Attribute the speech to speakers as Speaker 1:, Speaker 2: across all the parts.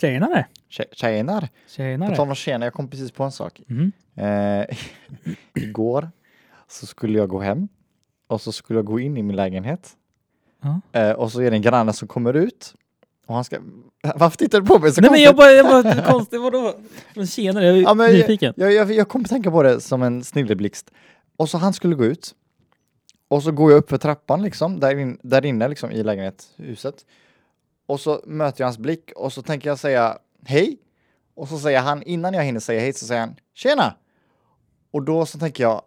Speaker 1: Tjenare!
Speaker 2: Tje- Tjenar. På
Speaker 1: Tjenare!
Speaker 2: tal om tjena, jag kom precis på en sak.
Speaker 1: Mm.
Speaker 2: Eh, igår så skulle jag gå hem och så skulle jag gå in i min lägenhet.
Speaker 1: Ja.
Speaker 2: Eh, och så är det en granne som kommer ut och han ska... Varför tittar du på mig så
Speaker 1: Nej men
Speaker 2: konstigt?
Speaker 1: jag bara, jag bara konstigt, vadå? Men tjenare, jag är
Speaker 2: Ja, men jag-
Speaker 1: nyfiken.
Speaker 2: Jag, jag, jag kom att tänka på det som en snilleblixt. Och så han skulle gå ut. Och så går jag upp för trappan liksom, där, in, där inne liksom i lägenhetshuset. Och så möter jag hans blick och så tänker jag säga hej. Och så säger han, innan jag hinner säga hej så säger han tjena. Och då så tänker jag,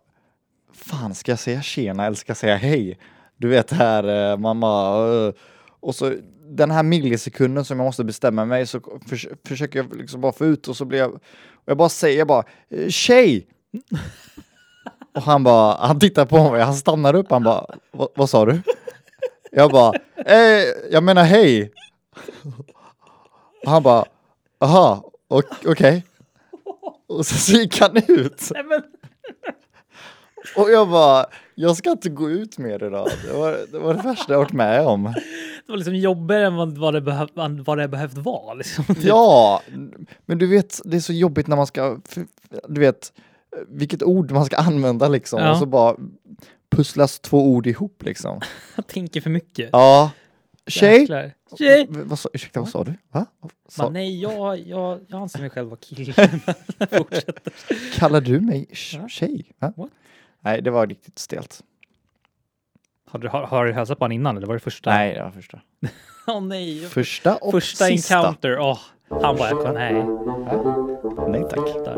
Speaker 2: fan ska jag säga tjena eller ska jag säga hej? Du vet det här eh, mamma. eh. Och så den här millisekunden som jag måste bestämma mig så förs- försöker jag liksom bara få ut och så blir jag och jag bara säger jag bara "Eh, tjej. Och han bara, han tittar på mig, han stannar upp, han bara, "Va- vad sa du? Jag bara, eh, jag menar hej. Och han bara, aha, o- okej. Och så, så gick han ut.
Speaker 1: Nej, men,
Speaker 2: Och jag bara, jag ska inte gå ut mer idag. Det var det, var det värsta jag varit med om.
Speaker 1: det var liksom jobbigare än vad vad det, behöv, vad det behövt vara. Liksom.
Speaker 2: Ja, men du vet, det är så jobbigt när man ska, f- du vet, vilket ord man ska använda liksom.
Speaker 1: Ja.
Speaker 2: Och så bara pusslas två ord ihop liksom.
Speaker 1: Jag tänker för mycket.
Speaker 2: Ja. Tjej!
Speaker 1: Jäklar. Tjej!
Speaker 2: V- Vad sa, ursäkta, vad sa du? Va?
Speaker 1: Bara,
Speaker 2: Sa,
Speaker 1: nej, jag, jag, jag anser mig själv vara kille.
Speaker 2: kallar du mig sh-
Speaker 1: Ja.
Speaker 2: tjej? Va?
Speaker 1: What?
Speaker 2: Nej, det var riktigt stelt.
Speaker 1: har, du, har, har du hälsat på honom innan eller var det första?
Speaker 2: Nej, det var första.
Speaker 1: Åh nej.
Speaker 2: Första och
Speaker 1: Första
Speaker 2: sista.
Speaker 1: encounter. Åh, han bara, jag kan, nej.
Speaker 2: Nej tack.
Speaker 1: Där.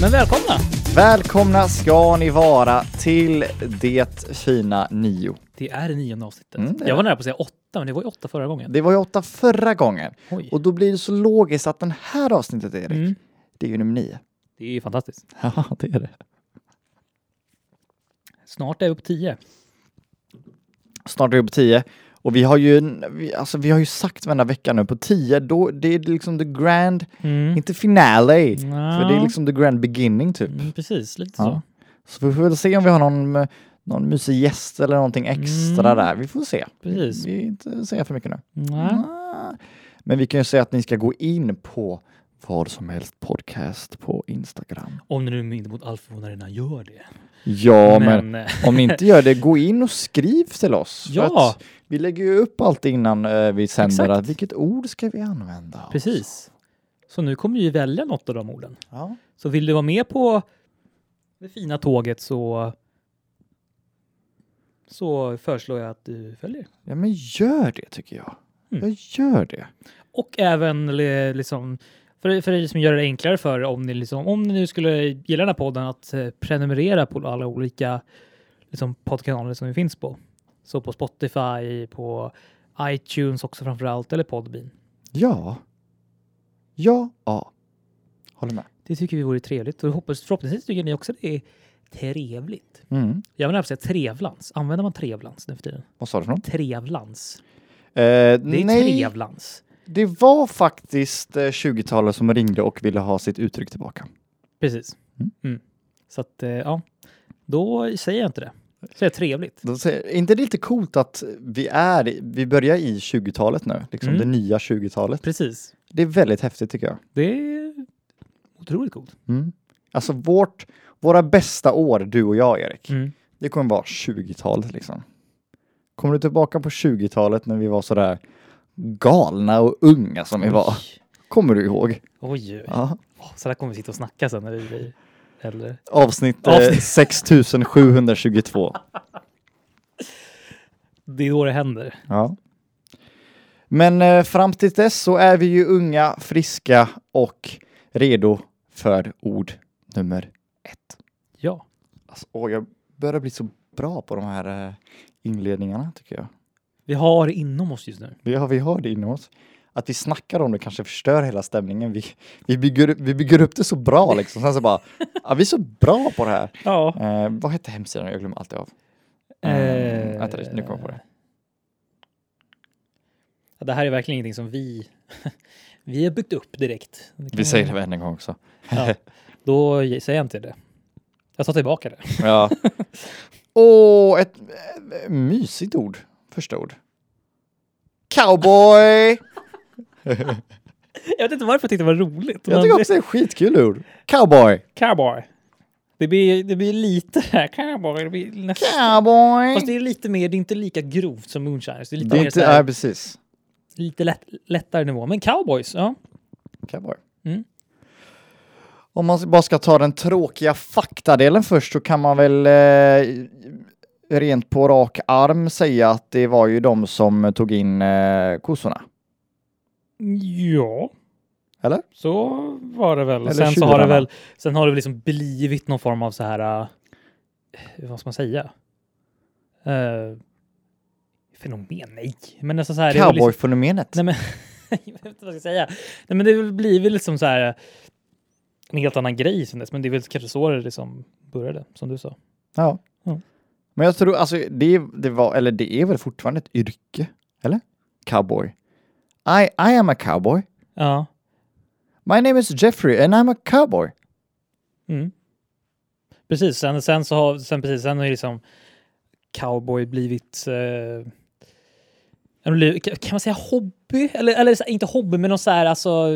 Speaker 1: Men välkomna
Speaker 2: Välkomna ska ni vara till det fina nio.
Speaker 1: Det är det nionde avsnittet.
Speaker 2: Mm, det är
Speaker 1: jag var nära på att säga åtta, men det var ju åtta förra gången.
Speaker 2: Det var ju åtta förra gången.
Speaker 1: Oj.
Speaker 2: Och då blir det så logiskt att den här avsnittet, Erik,
Speaker 1: Mm.
Speaker 2: det är ju nummer nio.
Speaker 1: Det är ju fantastiskt.
Speaker 2: Ja, det är det.
Speaker 1: Snart är vi på tio.
Speaker 2: Snart är vi på tio. Och vi har ju, vi, alltså, vi har ju sagt varenda vecka nu, på tio, då, det är liksom the grand,
Speaker 1: Mm.
Speaker 2: inte finale, för det är
Speaker 1: Ja.
Speaker 2: liksom the grand beginning typ.
Speaker 1: Mm, precis, lite
Speaker 2: Ja.
Speaker 1: så.
Speaker 2: Så vi får väl se om vi har någon, eh, någon mysig gäst eller någonting extra
Speaker 1: Mm.
Speaker 2: där. Vi får se.
Speaker 1: Precis.
Speaker 2: Vi inte säga för mycket nu.
Speaker 1: Nej.
Speaker 2: Ah. Men vi kan ju säga att ni ska gå in på vad som helst podcast på Instagram.
Speaker 1: Om ni nu inte mot all förvånad redan gör det.
Speaker 2: Ja, men
Speaker 1: eh,
Speaker 2: Om ni inte gör det, gå in och skriv till oss. För
Speaker 1: Ja.
Speaker 2: att Vi lägger ju upp allt innan eh, vi sänder.
Speaker 1: Exakt.
Speaker 2: att Vilket ord ska vi använda?
Speaker 1: precis. Så nu kommer vi välja något av de orden.
Speaker 2: Ja.
Speaker 1: Så vill du vara med på det fina tåget så så föreslår jag att du följer.
Speaker 2: ja, men gör det tycker jag.
Speaker 1: Mm.
Speaker 2: Jag gör det.
Speaker 1: Och även li- liksom för, för er som gör det enklare för er, om ni liksom om ni nu skulle gilla den här podden att eh, prenumerera på alla olika liksom poddkanaler som vi finns på. Så på Spotify, på iTunes också framför allt eller Podbean.
Speaker 2: Ja. Ja. ja. Håller med.
Speaker 1: Det tycker vi vore trevligt och hoppas, förhoppningsvis tycker ni också det är trevligt.
Speaker 2: Mm.
Speaker 1: Jag vill nästan säga trevlans. Använder man trevlans nu för tiden?
Speaker 2: Vad sa du för något?
Speaker 1: Trevlans.
Speaker 2: Eh,
Speaker 1: Det är
Speaker 2: nej,
Speaker 1: trevlans.
Speaker 2: det var faktiskt eh, 20-talare som ringde och ville ha sitt uttryck tillbaka.
Speaker 1: Precis.
Speaker 2: Mm.
Speaker 1: Mm. Så att, eh, ja. Då säger jag inte det. Så är trevligt.
Speaker 2: De säger, är inte det lite coolt att vi är, i- vi börjar i 20-talet nu, liksom
Speaker 1: Mm.
Speaker 2: det nya 20-talet.
Speaker 1: Precis.
Speaker 2: Det är väldigt häftigt tycker jag.
Speaker 1: Det är otroligt coolt.
Speaker 2: Mm. Alltså vårt, våra bästa år, du och jag Erik,
Speaker 1: Mm.
Speaker 2: det kommer vara 20-talet liksom. Kommer du tillbaka på 20-talet när vi var sådär galna och unga som vi var? Kommer du ihåg?
Speaker 1: Oj, oj. oj.
Speaker 2: Ja.
Speaker 1: Så där kommer vi sitta och snacka sen när vi blir äldre.
Speaker 2: Avsnitt, Eh,
Speaker 1: Avsnitt.
Speaker 2: 6722.
Speaker 1: Det är då det händer.
Speaker 2: Ja. Men eh, fram till dess så är vi ju unga, friska och redo för ord nummer ett.
Speaker 1: Ja.
Speaker 2: Alltså, åh, jag börjar bli så bra på de här eh, inledningarna tycker jag.
Speaker 1: Vi har det inom oss just nu.
Speaker 2: Vi har, vi har det inom oss. Att vi snackar om det kanske förstör hela stämningen. Vi, vi, bygger, vi bygger upp det så bra liksom. Sen så bara, ja, vi är så bra på det här.
Speaker 1: Ja.
Speaker 2: Eh, vad hette hemsidan? Jag glömmer alltid av. Eh,
Speaker 1: Eh,
Speaker 2: Vänta, nu kommer jag på det.
Speaker 1: det här är verkligen ingenting som vi, vi har byggt upp direkt. Det kan
Speaker 2: Vi
Speaker 1: man-
Speaker 2: säger det än en gång också.
Speaker 1: Ja, då ge- säger jag inte det. Jag tar tillbaka det.
Speaker 2: Ja. Och ett eh, mysigt ord. Första ord. Cowboy!
Speaker 1: Jag vet inte varför jag tyckte det var roligt.
Speaker 2: Jag
Speaker 1: men-
Speaker 2: tycker också det är ett skitkul ord. Cowboy!
Speaker 1: Cowboy. Det blir, det blir lite här, cowboy. Det blir nästan...
Speaker 2: Cowboy!
Speaker 1: Fast det är lite mer, det är inte lika grovt som Moonshiners. Det är lite,
Speaker 2: Det är
Speaker 1: mer
Speaker 2: inte,
Speaker 1: så här,
Speaker 2: ja, precis.
Speaker 1: lite lätt, lättare nivå. Men cowboys, ja.
Speaker 2: Cowboy.
Speaker 1: Mm.
Speaker 2: Om man bara ska ta den tråkiga faktadelen först så kan man väl eh, rent på rak arm säga att det var ju de som tog in eh, kossorna.
Speaker 1: Ja.
Speaker 2: Eller?
Speaker 1: Så var det väl.
Speaker 2: Eller
Speaker 1: sen så har det
Speaker 2: tjurarna.
Speaker 1: väl, sen har det väl liksom blivit någon form av så här, eh, vad ska man säga? Eh, fenomen? Nej, men nästan så här. det är väl liksom-
Speaker 2: Cowboyfenomenet.
Speaker 1: Nej men, jag vet inte vad jag ska säga. Nej men det blir väl blivit liksom så här en helt annan grej sen dess, men det är väl kanske så det liksom började, som du sa.
Speaker 2: Ja.
Speaker 1: Ja.
Speaker 2: Men jag tror, alltså det, det var, eller det är väl fortfarande ett yrke? Eller? Cowboy. I, I am a cowboy.
Speaker 1: Ja.
Speaker 2: My name is Jeffrey and I'm a cowboy.
Speaker 1: Mm. Precis, sen, sen så har, sen precis, sen har ju liksom cowboy blivit eh, en li- kan man säga hobby? Eller, eller så här, inte hobby, men någon så här alltså.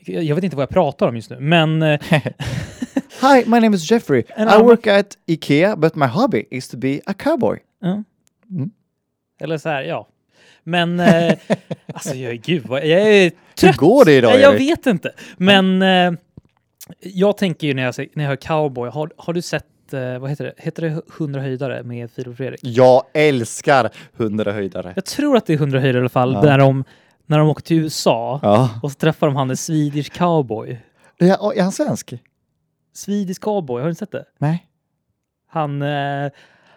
Speaker 1: Jag vet inte vad jag pratar om just nu, men eh,
Speaker 2: Hi, my name is Jeffrey.
Speaker 1: And
Speaker 2: I
Speaker 1: I'm a-
Speaker 2: work at Ikea but my hobby is to be a cowboy.
Speaker 1: Ja.
Speaker 2: Mm.
Speaker 1: Eller så här, ja. Men eh, alltså, jag, gud, vad, jag är trött.
Speaker 2: går det idag,
Speaker 1: Nej, Jag
Speaker 2: Erik?
Speaker 1: vet inte. Men eh, jag tänker ju när jag, ser- när jag hör cowboy, har, har du sett, eh, vad heter det, heter det 100 höjdare med Filip och Fredrik?
Speaker 2: Jag älskar hundra höjdare.
Speaker 1: Jag tror att det är 100 höjdare i alla fall,
Speaker 2: Ja.
Speaker 1: där de, när de åker till USA
Speaker 2: Ja.
Speaker 1: och så träffar de han en svidisk cowboy.
Speaker 2: ja. och Är han svensk?
Speaker 1: Svidisk cowboy, har du inte sett det?
Speaker 2: Nej.
Speaker 1: Han, eh,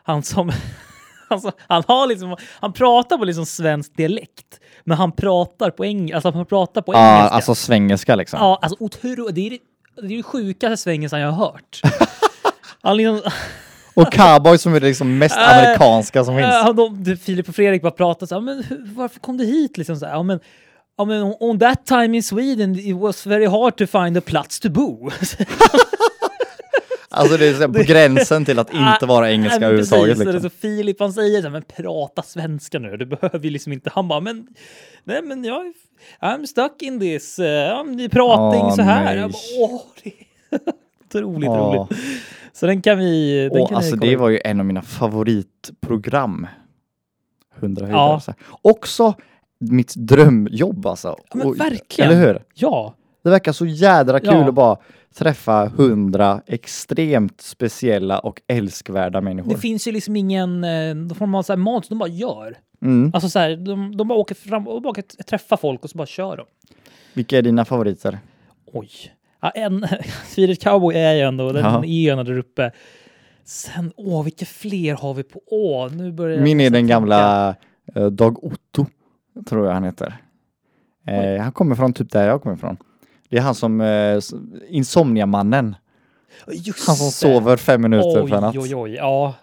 Speaker 1: han som... han som- han, har liksom, han pratar på liksom svensk dialekt, men han pratar på, eng, alltså han pratar på
Speaker 2: Ah,
Speaker 1: engelska.
Speaker 2: svengelska liksom.
Speaker 1: ja, alltså otro, det är det, det är det sjukaste svängelsen jag har hört. han liksom,
Speaker 2: Och cowboy som är det liksom mest
Speaker 1: Äh,
Speaker 2: amerikanska som finns.
Speaker 1: Ja, de, de, Filip och Fredrik bara pratade så här, men hur- varför kom du hit? Liksom så här, ja, men, ja, men on- on that time in Sweden it was very hard to find a plats to bo.
Speaker 2: Alltså det är så här på gränsen till att inte vara
Speaker 1: Nej,
Speaker 2: engelska
Speaker 1: men
Speaker 2: överhuvudtaget.
Speaker 1: precis. Och det är
Speaker 2: Liksom.
Speaker 1: Så Filip han säger så här, men prata svenska nu, du behöver ju liksom inte. Han bara, men nej men jag, I'm stuck in this, eh, I'm prating
Speaker 2: Åh,
Speaker 1: så här.
Speaker 2: nej.
Speaker 1: Jag bara, åh, det är otroligt
Speaker 2: Ja.
Speaker 1: roligt. Så den kan vi, den
Speaker 2: Och
Speaker 1: kan
Speaker 2: alltså
Speaker 1: vi kolla
Speaker 2: det
Speaker 1: upp.
Speaker 2: var ju en av mina favoritprogram. 100 höjdare.
Speaker 1: Ja.
Speaker 2: så här. Också mitt drömjobb alltså.
Speaker 1: Ja, men
Speaker 2: Och-
Speaker 1: verkligen.
Speaker 2: Eller hur?
Speaker 1: Ja,
Speaker 2: Det verkar så jädra kul
Speaker 1: Ja.
Speaker 2: att bara träffa hundra extremt speciella och älskvärda människor.
Speaker 1: det finns ju liksom ingen eh, någon form av så här mat som de bara gör.
Speaker 2: Mm.
Speaker 1: Alltså så här, de, de bara åker fram och bara åker t- träffar folk och så bara kör de.
Speaker 2: Vilka är dina favoriter?
Speaker 1: Oj. Ja, en, Swedish Cowboy är ju ändå, den
Speaker 2: Ja.
Speaker 1: är ju ändå där uppe. Sen, åh, vilka fler har vi på? Åh, nu börjar jag
Speaker 2: Min är
Speaker 1: nästan
Speaker 2: den
Speaker 1: tänka.
Speaker 2: gamla eh, Dag Otto, tror jag han heter. Eh, han kommer från typ där jag kommer ifrån. Det är han som eh, s- Insomniamannen.
Speaker 1: Just
Speaker 2: Han som
Speaker 1: det.
Speaker 2: sover fem minuter per natt.
Speaker 1: Oj, oj, oj. Ja.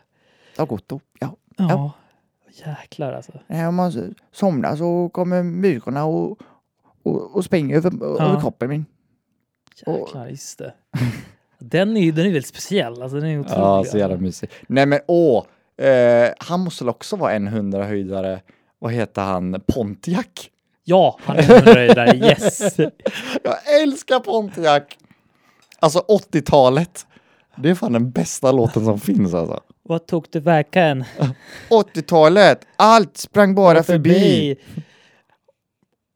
Speaker 2: Dag Otto, ja.
Speaker 1: ja.
Speaker 2: Ja.
Speaker 1: Jäklar alltså.
Speaker 2: När man somnar så kommer myrorna och, och, och springer över,
Speaker 1: Ja. över
Speaker 2: kroppen min. Och-
Speaker 1: Jäklar, just det. Den är ju den är väldigt speciell. Alltså, den är otrolig.
Speaker 2: Ja, så jävla
Speaker 1: alltså.
Speaker 2: mysig. Nej men åh, eh, han måste väl också vara en hundra höjdare. Vad heter han? Pontiac?
Speaker 1: ja han är en röjdare. Yes.
Speaker 2: Jag älskar Pontiac! Alltså 80-talet. Det är fan den bästa låten som finns alltså.
Speaker 1: Vad tog du verkligen?
Speaker 2: 80-talet! Allt sprang bara förbi.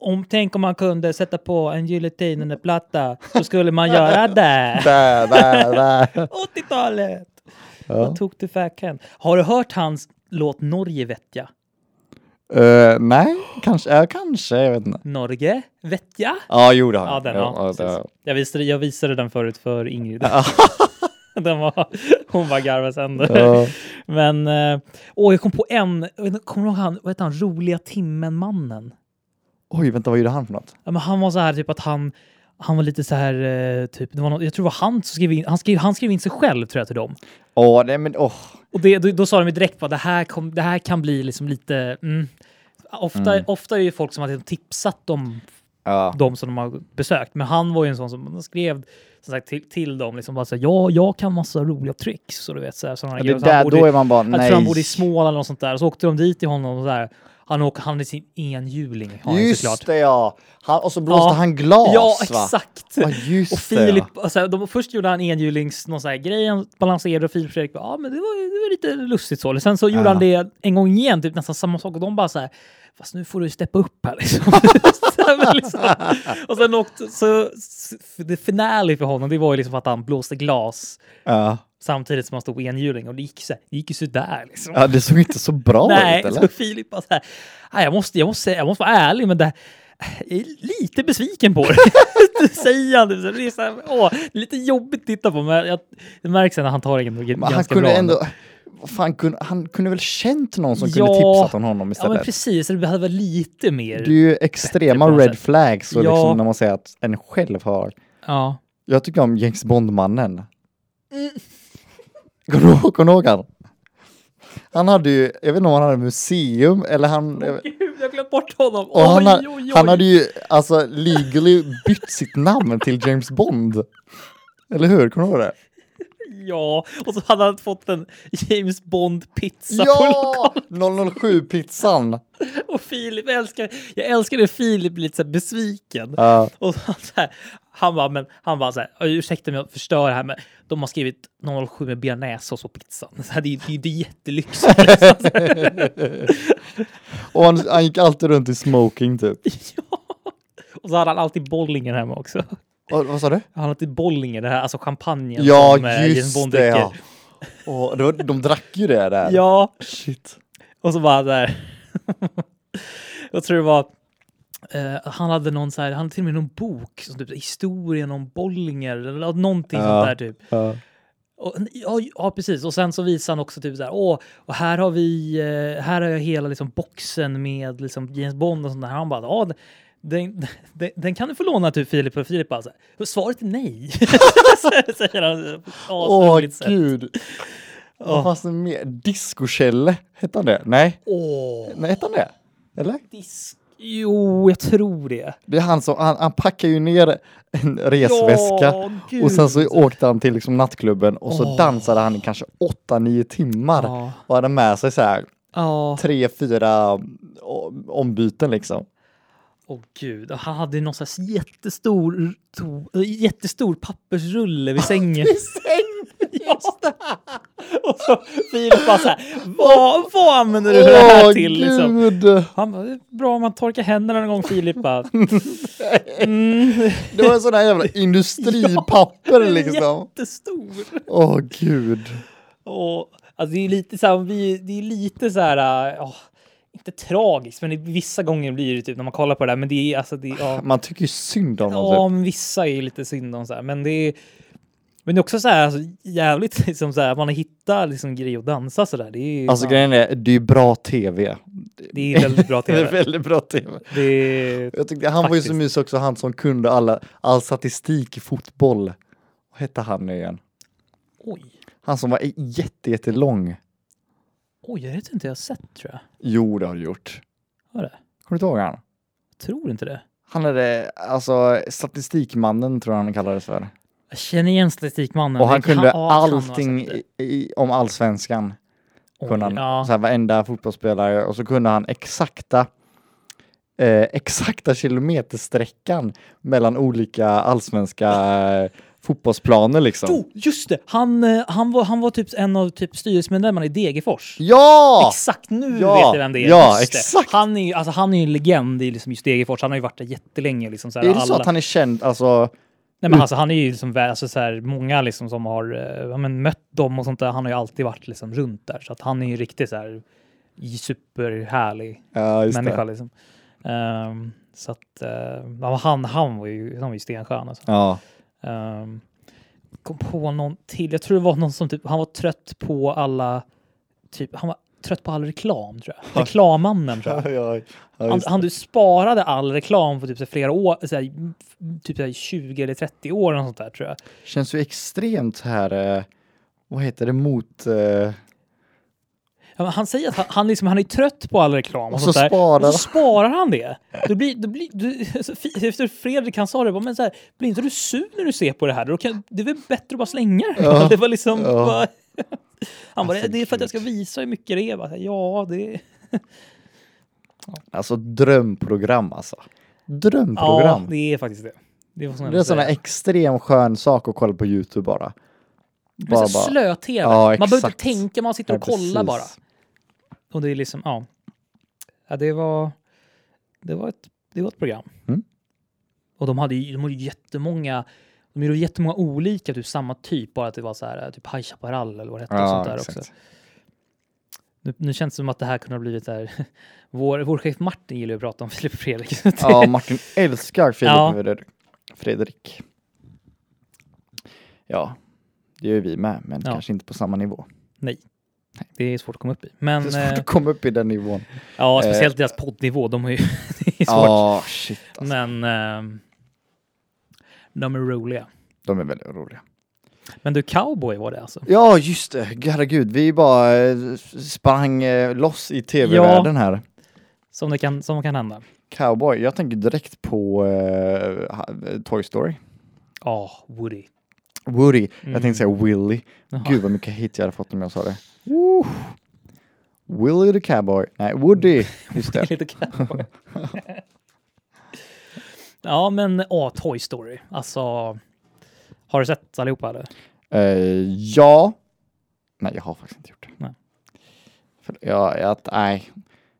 Speaker 1: Om, tänk om man kunde sätta på en giljotinplatta, så skulle man göra det.
Speaker 2: Där, där, där.
Speaker 1: 80-talet!
Speaker 2: Ja.
Speaker 1: Vad tog du verkligen? Har du hört hans låt Norge vettja?
Speaker 2: Eh, nej, kanske. Ja, kanske. Jag vet inte.
Speaker 1: Norge vettja?
Speaker 2: Ja, jo det har
Speaker 1: Ja, den,
Speaker 2: Jo,
Speaker 1: ja,
Speaker 2: det har jag.
Speaker 1: precis. jag, visade, jag visade den förut för Ingrid. den var, hon var garvade sönder.
Speaker 2: Ja.
Speaker 1: Men, eh, åh, jag kom på en, jag vet inte, kommer du ihåg han, vad heter han, roliga timmen-mannen?
Speaker 2: Oj, vänta, vad gjorde han för något?
Speaker 1: Ja, men han var så här typ att han, han var lite så här, eh, typ, det var någon, jag tror det var han som skrev in, han skrev, han skrev in sig själv tror jag till dem.
Speaker 2: Åh, nej men åh.
Speaker 1: Och det, då, då sa de ju direkt att det här, kom, det här kan bli liksom lite, mm, Ofta,
Speaker 2: Mm.
Speaker 1: ofta är det ju folk som har liksom tipsat om
Speaker 2: Ja.
Speaker 1: de som de har besökt. Men han var ju en sån som han skrev som sagt, till, till dem. Liksom bara så här, ja, jag kan massa roliga tricks. Och du vet, så här, såna här
Speaker 2: Det
Speaker 1: grejer. Så
Speaker 2: där,
Speaker 1: han bodde,
Speaker 2: då är man bara
Speaker 1: jag
Speaker 2: nej.
Speaker 1: tror han bodde i Småland eller något sånt där. Så åkte de dit till honom. Och så här, han, åker, han är sin enhjuling. har han ju såklart.
Speaker 2: Just det ja! Han, och så blåste
Speaker 1: Ja.
Speaker 2: han glas
Speaker 1: Ja,
Speaker 2: va?
Speaker 1: exakt.
Speaker 2: Ja, just
Speaker 1: Och Filip, alltså, de, först gjorde han enhjulings någon sån här grej, han balanserade och Filip Fredrik bara, ja men det var, det var lite lustigt så. Sen så gjorde
Speaker 2: Ja.
Speaker 1: han det en gång igen, typ nästan samma sak och de bara så här, fast nu får du steppa upp här liksom. Så här, men liksom. Och sen åkte, så, så det finale för honom, det var ju liksom att han blåste glas
Speaker 2: ja.
Speaker 1: samtidigt som han stod på enhjuling och det gick, så här, det gick ju sådär liksom.
Speaker 2: ja, det såg inte så bra
Speaker 1: Nej,
Speaker 2: ut eller?
Speaker 1: så Filip bara så här, "Nej, jag måste, jag, måste, säga- jag måste vara ärlig, men det här, jag är lite besviken på det. det säger han. nu, så Det är så här, åh, lite jobbigt att titta på, men jag, det märks ändå att han tar det ändå g-
Speaker 2: Men
Speaker 1: ganska
Speaker 2: han kunde
Speaker 1: bra.
Speaker 2: ändå... Vad Fan, kunde, han kunde väl känt någon som
Speaker 1: Ja.
Speaker 2: kunde tipsat om honom
Speaker 1: Ja, men
Speaker 2: istället?
Speaker 1: precis. Det behöver lite mer.
Speaker 2: det är ju
Speaker 1: på
Speaker 2: extrema
Speaker 1: något
Speaker 2: red
Speaker 1: sätt.
Speaker 2: flags och
Speaker 1: Ja.
Speaker 2: liksom när man säger att en själv har...
Speaker 1: Ja.
Speaker 2: Jag tycker om James Bond-mannen. Kommer du ihåg- kommer du ihåg han? Han hade ju, jag vet inte om han hade museum eller han...
Speaker 1: Mm, Gud, jag har glömt bort honom.
Speaker 2: Och han,
Speaker 1: oj,
Speaker 2: har-
Speaker 1: oj, oj.
Speaker 2: han hade ju alltså legally bytt sitt namn till James Bond. Eller hur? Kommer du ihåg det?
Speaker 1: Ja, och så hade han fått en James Bond-pizza på lokalen.
Speaker 2: Ja! 007-pizzan!
Speaker 1: Och Filip, jag älskar, jag älskar det Filip blir lite så här besviken.
Speaker 2: Ja.
Speaker 1: Och han, så här, han bara, men han bara så här, ursäkta om jag förstör det här, men de har skrivit 007 med bearnaisesås på pizzan. Så här, det, är- det, är- det är jättelyxigt. liksom.
Speaker 2: Och han, han gick alltid runt i smoking typ.
Speaker 1: ja. Och så hade han alltid Bollinger hemma också.
Speaker 2: Och, vad sa du?
Speaker 1: Han hade alltid Bollinger, det här, alltså champagnen
Speaker 2: Ja,
Speaker 1: eh, James
Speaker 2: just
Speaker 1: Bond
Speaker 2: det ja.
Speaker 1: dricker.
Speaker 2: Och, det var, de drack ju det där.
Speaker 1: ja,
Speaker 2: Shit.
Speaker 1: och så bara där. jag tror det var eh, han hade någon så här, han hade till och med någon bok, som typ, historien om Bollinger eller någonting
Speaker 2: Ja.
Speaker 1: sånt där typ.
Speaker 2: Ja.
Speaker 1: Och, ja, ja, precis. Och sen så visar han också typ så här, åh, och här har vi, eh, här har jag hela liksom boxen med liksom James Bond och sånt där. Han bara, ja, den- den, den, den kan du få låna typ Filip och Filip bara så här, svaret är nej. Så Säger han. Ja,
Speaker 2: Åh
Speaker 1: så roligt sätt.
Speaker 2: gud. Vad fanns det mer? Disco-Kjelle? Hette han det? Nej?
Speaker 1: Åh,
Speaker 2: Nej, hette han det? Eller?
Speaker 1: disk. Jo, jag tror det.
Speaker 2: Det är han som, han, han packar ju ner en resväska
Speaker 1: Ja,
Speaker 2: och sen så
Speaker 1: gud.
Speaker 2: åkte han till liksom nattklubben och så
Speaker 1: Åh.
Speaker 2: dansade han i kanske 8-9 timmar
Speaker 1: Ja.
Speaker 2: och hade med sig så här
Speaker 1: Ja,
Speaker 2: 3-4 o- ombyten liksom.
Speaker 1: åh gud. Och Han hade ju någon sån här jättestor, to, jättestor pappersrulle vid sängen. Just det. Och så Filip bara så här, vad, vad använder du det här
Speaker 2: Åh,
Speaker 1: till? Liksom.
Speaker 2: gud!
Speaker 1: Han bara, det är bra om man torkar händerna någon gång Filip bara.
Speaker 2: Liksom.
Speaker 1: Mm,
Speaker 2: Det var sådana jävla industripapper liksom.
Speaker 1: jättestor.
Speaker 2: Åh gud.
Speaker 1: Och, alltså, det är lite så här, vi, det är lite så här, äh, åh, inte tragiskt, men det, vissa gånger blir det typ när man kollar på det där, men det är alltså, det, är- ja,
Speaker 2: Man tycker ju synd om
Speaker 1: ja
Speaker 2: honom. typ.
Speaker 1: men vissa är ju lite synd om så här, men det är men det är också så här, alltså, jävligt liksom så här, man hittar liksom grejer att dansa så där. Det är ju,
Speaker 2: Typ. Alltså grejen är, det är ju bra tv.
Speaker 1: det är väldigt bra
Speaker 2: Det är
Speaker 1: tv.
Speaker 2: väldigt bra tv.
Speaker 1: Det är
Speaker 2: Jag tyckte, han var ju så
Speaker 1: Faktiskt.
Speaker 2: mysig också, han som kunde alla, all statistik i fotboll. Vad hette han nu igen?
Speaker 1: Oj,
Speaker 2: Han som var jätte, jättelång.
Speaker 1: oj, jag vet inte jag har sett tror jag.
Speaker 2: Jo, det har du gjort.
Speaker 1: Har det?
Speaker 2: Kommer du inte ihåg han?
Speaker 1: Jag tror inte det.
Speaker 2: Han är det, alltså statistikmannen tror jag han kallades för.
Speaker 1: Jag känner igen statistikmannen.
Speaker 2: och han
Speaker 1: Det kan-
Speaker 2: kunde
Speaker 1: ja, kan ha
Speaker 2: allting
Speaker 1: sagt det.
Speaker 2: i, i, om allsvenskan.
Speaker 1: Oj,
Speaker 2: Kunde han,
Speaker 1: ja.
Speaker 2: så här, varenda fotbollsspelare och så kunde han exakta eh, exakta kilometersträckan mellan olika allsvenska eh, fotbollsplaner liksom.
Speaker 1: Oh, just det! Han, eh, han, var, han var typ en av typ styrelsemedlemmarna i Degerfors.
Speaker 2: Ja!
Speaker 1: Exakt, nu
Speaker 2: Ja,
Speaker 1: vet jag vem det är.
Speaker 2: ja,
Speaker 1: Just det.
Speaker 2: exakt.
Speaker 1: Han är ju alltså, han är ju en legend i liksom just Degerfors. Han har ju varit där jättelänge. Liksom, så här,
Speaker 2: Är det
Speaker 1: alla...
Speaker 2: så att han är känd, alltså,
Speaker 1: Nej, men alltså, han är ju liksom, vä- alltså, så här, många liksom, som har eh, ja, men, mött dem och sånt där. Han har ju alltid varit liksom, runt där. Så att han är ju riktigt så här, superhärlig
Speaker 2: ja just
Speaker 1: människa.
Speaker 2: det.
Speaker 1: Liksom. Ehm, så att, eh, ja, han, han var ju, han var ju stenstjärna. Alltså.
Speaker 2: Ja.
Speaker 1: Ehm, kom på någon till. Jag tror det var någon som typ, han var trött på alla, typ, han var trött på all reklam tror jag. Reklammannen tror jag.
Speaker 2: ja,
Speaker 1: Han,
Speaker 2: just det.
Speaker 1: han du sparade all reklam för typ så här flera år, så här, typ så här 20 eller 30 år och sånt där tror jag.
Speaker 2: Känns ju extremt här, eh, vad heter det, mot... Eh,
Speaker 1: Ja, men Han säger att han, han, liksom, han är trött på all reklam och,
Speaker 2: Och så
Speaker 1: sånt där.
Speaker 2: sparar
Speaker 1: och så sparar han det. Då blir, då blir, du, så fi- efter Fredrik han sa det, bara, men så här, blir inte du sur när du ser på det här? Då kan, det är väl bättre att bara slänga det?
Speaker 2: Ja.
Speaker 1: Det var liksom...
Speaker 2: Ja.
Speaker 1: Bara, han bara,
Speaker 2: Alltså,
Speaker 1: det är för att jag ska
Speaker 2: gud.
Speaker 1: visa hur mycket det är. Jag Bara, ja, det...
Speaker 2: Alltså drömprogram alltså. Drömprogram.
Speaker 1: Ja, det är faktiskt det. Det, var
Speaker 2: det är en sån här extrem skön sak att kolla på Youtube bara.
Speaker 1: bara, slö-tv.
Speaker 2: Ja,
Speaker 1: man behöver inte
Speaker 2: exakt.
Speaker 1: tänka, man sitter och
Speaker 2: Ja,
Speaker 1: kollar
Speaker 2: precis.
Speaker 1: bara. Och det är liksom, ja. ja det, var, det, var ett, det var ett program.
Speaker 2: Mm.
Speaker 1: Och de hade ju de hade ju jättemånga, de gjorde jättemånga olika, typ samma typ, bara att det var så här, typ High Chaparral eller vad det hette. och sånt där
Speaker 2: exakt.
Speaker 1: också. Nu, nu känns det som att det här kunde ha blivit där. Vår, vår chef Martin gillar ju att prata om Filip och Fredrik. Så att-
Speaker 2: Ja, Martin älskar Filip
Speaker 1: Ja.
Speaker 2: Fredrik. Fredrik. Ja, det gör vi med, men
Speaker 1: Ja.
Speaker 2: kanske inte på samma nivå.
Speaker 1: Det är svårt att komma upp i. Men
Speaker 2: Det är svårt
Speaker 1: eh,
Speaker 2: att komma upp i den nivån.
Speaker 1: ja, speciellt deras poddnivå. De har ju, det är svårt.
Speaker 2: Ja, shit alltså.
Speaker 1: Men ehm, de är roliga.
Speaker 2: De är väldigt roliga.
Speaker 1: Men du, cowboy var det alltså?
Speaker 2: Ja, just det. Herregud, vi bara eh, sprang eh, loss i tv-världen här.
Speaker 1: Som, det kan, som kan hända.
Speaker 2: Cowboy, jag tänker direkt på eh, ha- Toy Story.
Speaker 1: Ja, Woody.
Speaker 2: Woody,
Speaker 1: Mm.
Speaker 2: jag tänkte säga Willy.
Speaker 1: Jaha.
Speaker 2: Gud vad mycket hit jag hade fått om jag sa det. Woo. Willy the Cowboy. Nej, Woody. Just det.
Speaker 1: Lite cowboy. ja, men ja, Toy Story. Alltså, har du sett allihopa eller?
Speaker 2: Eh, ja. Nej, jag har faktiskt inte gjort det.
Speaker 1: Nej.
Speaker 2: För, ja, jag, nej.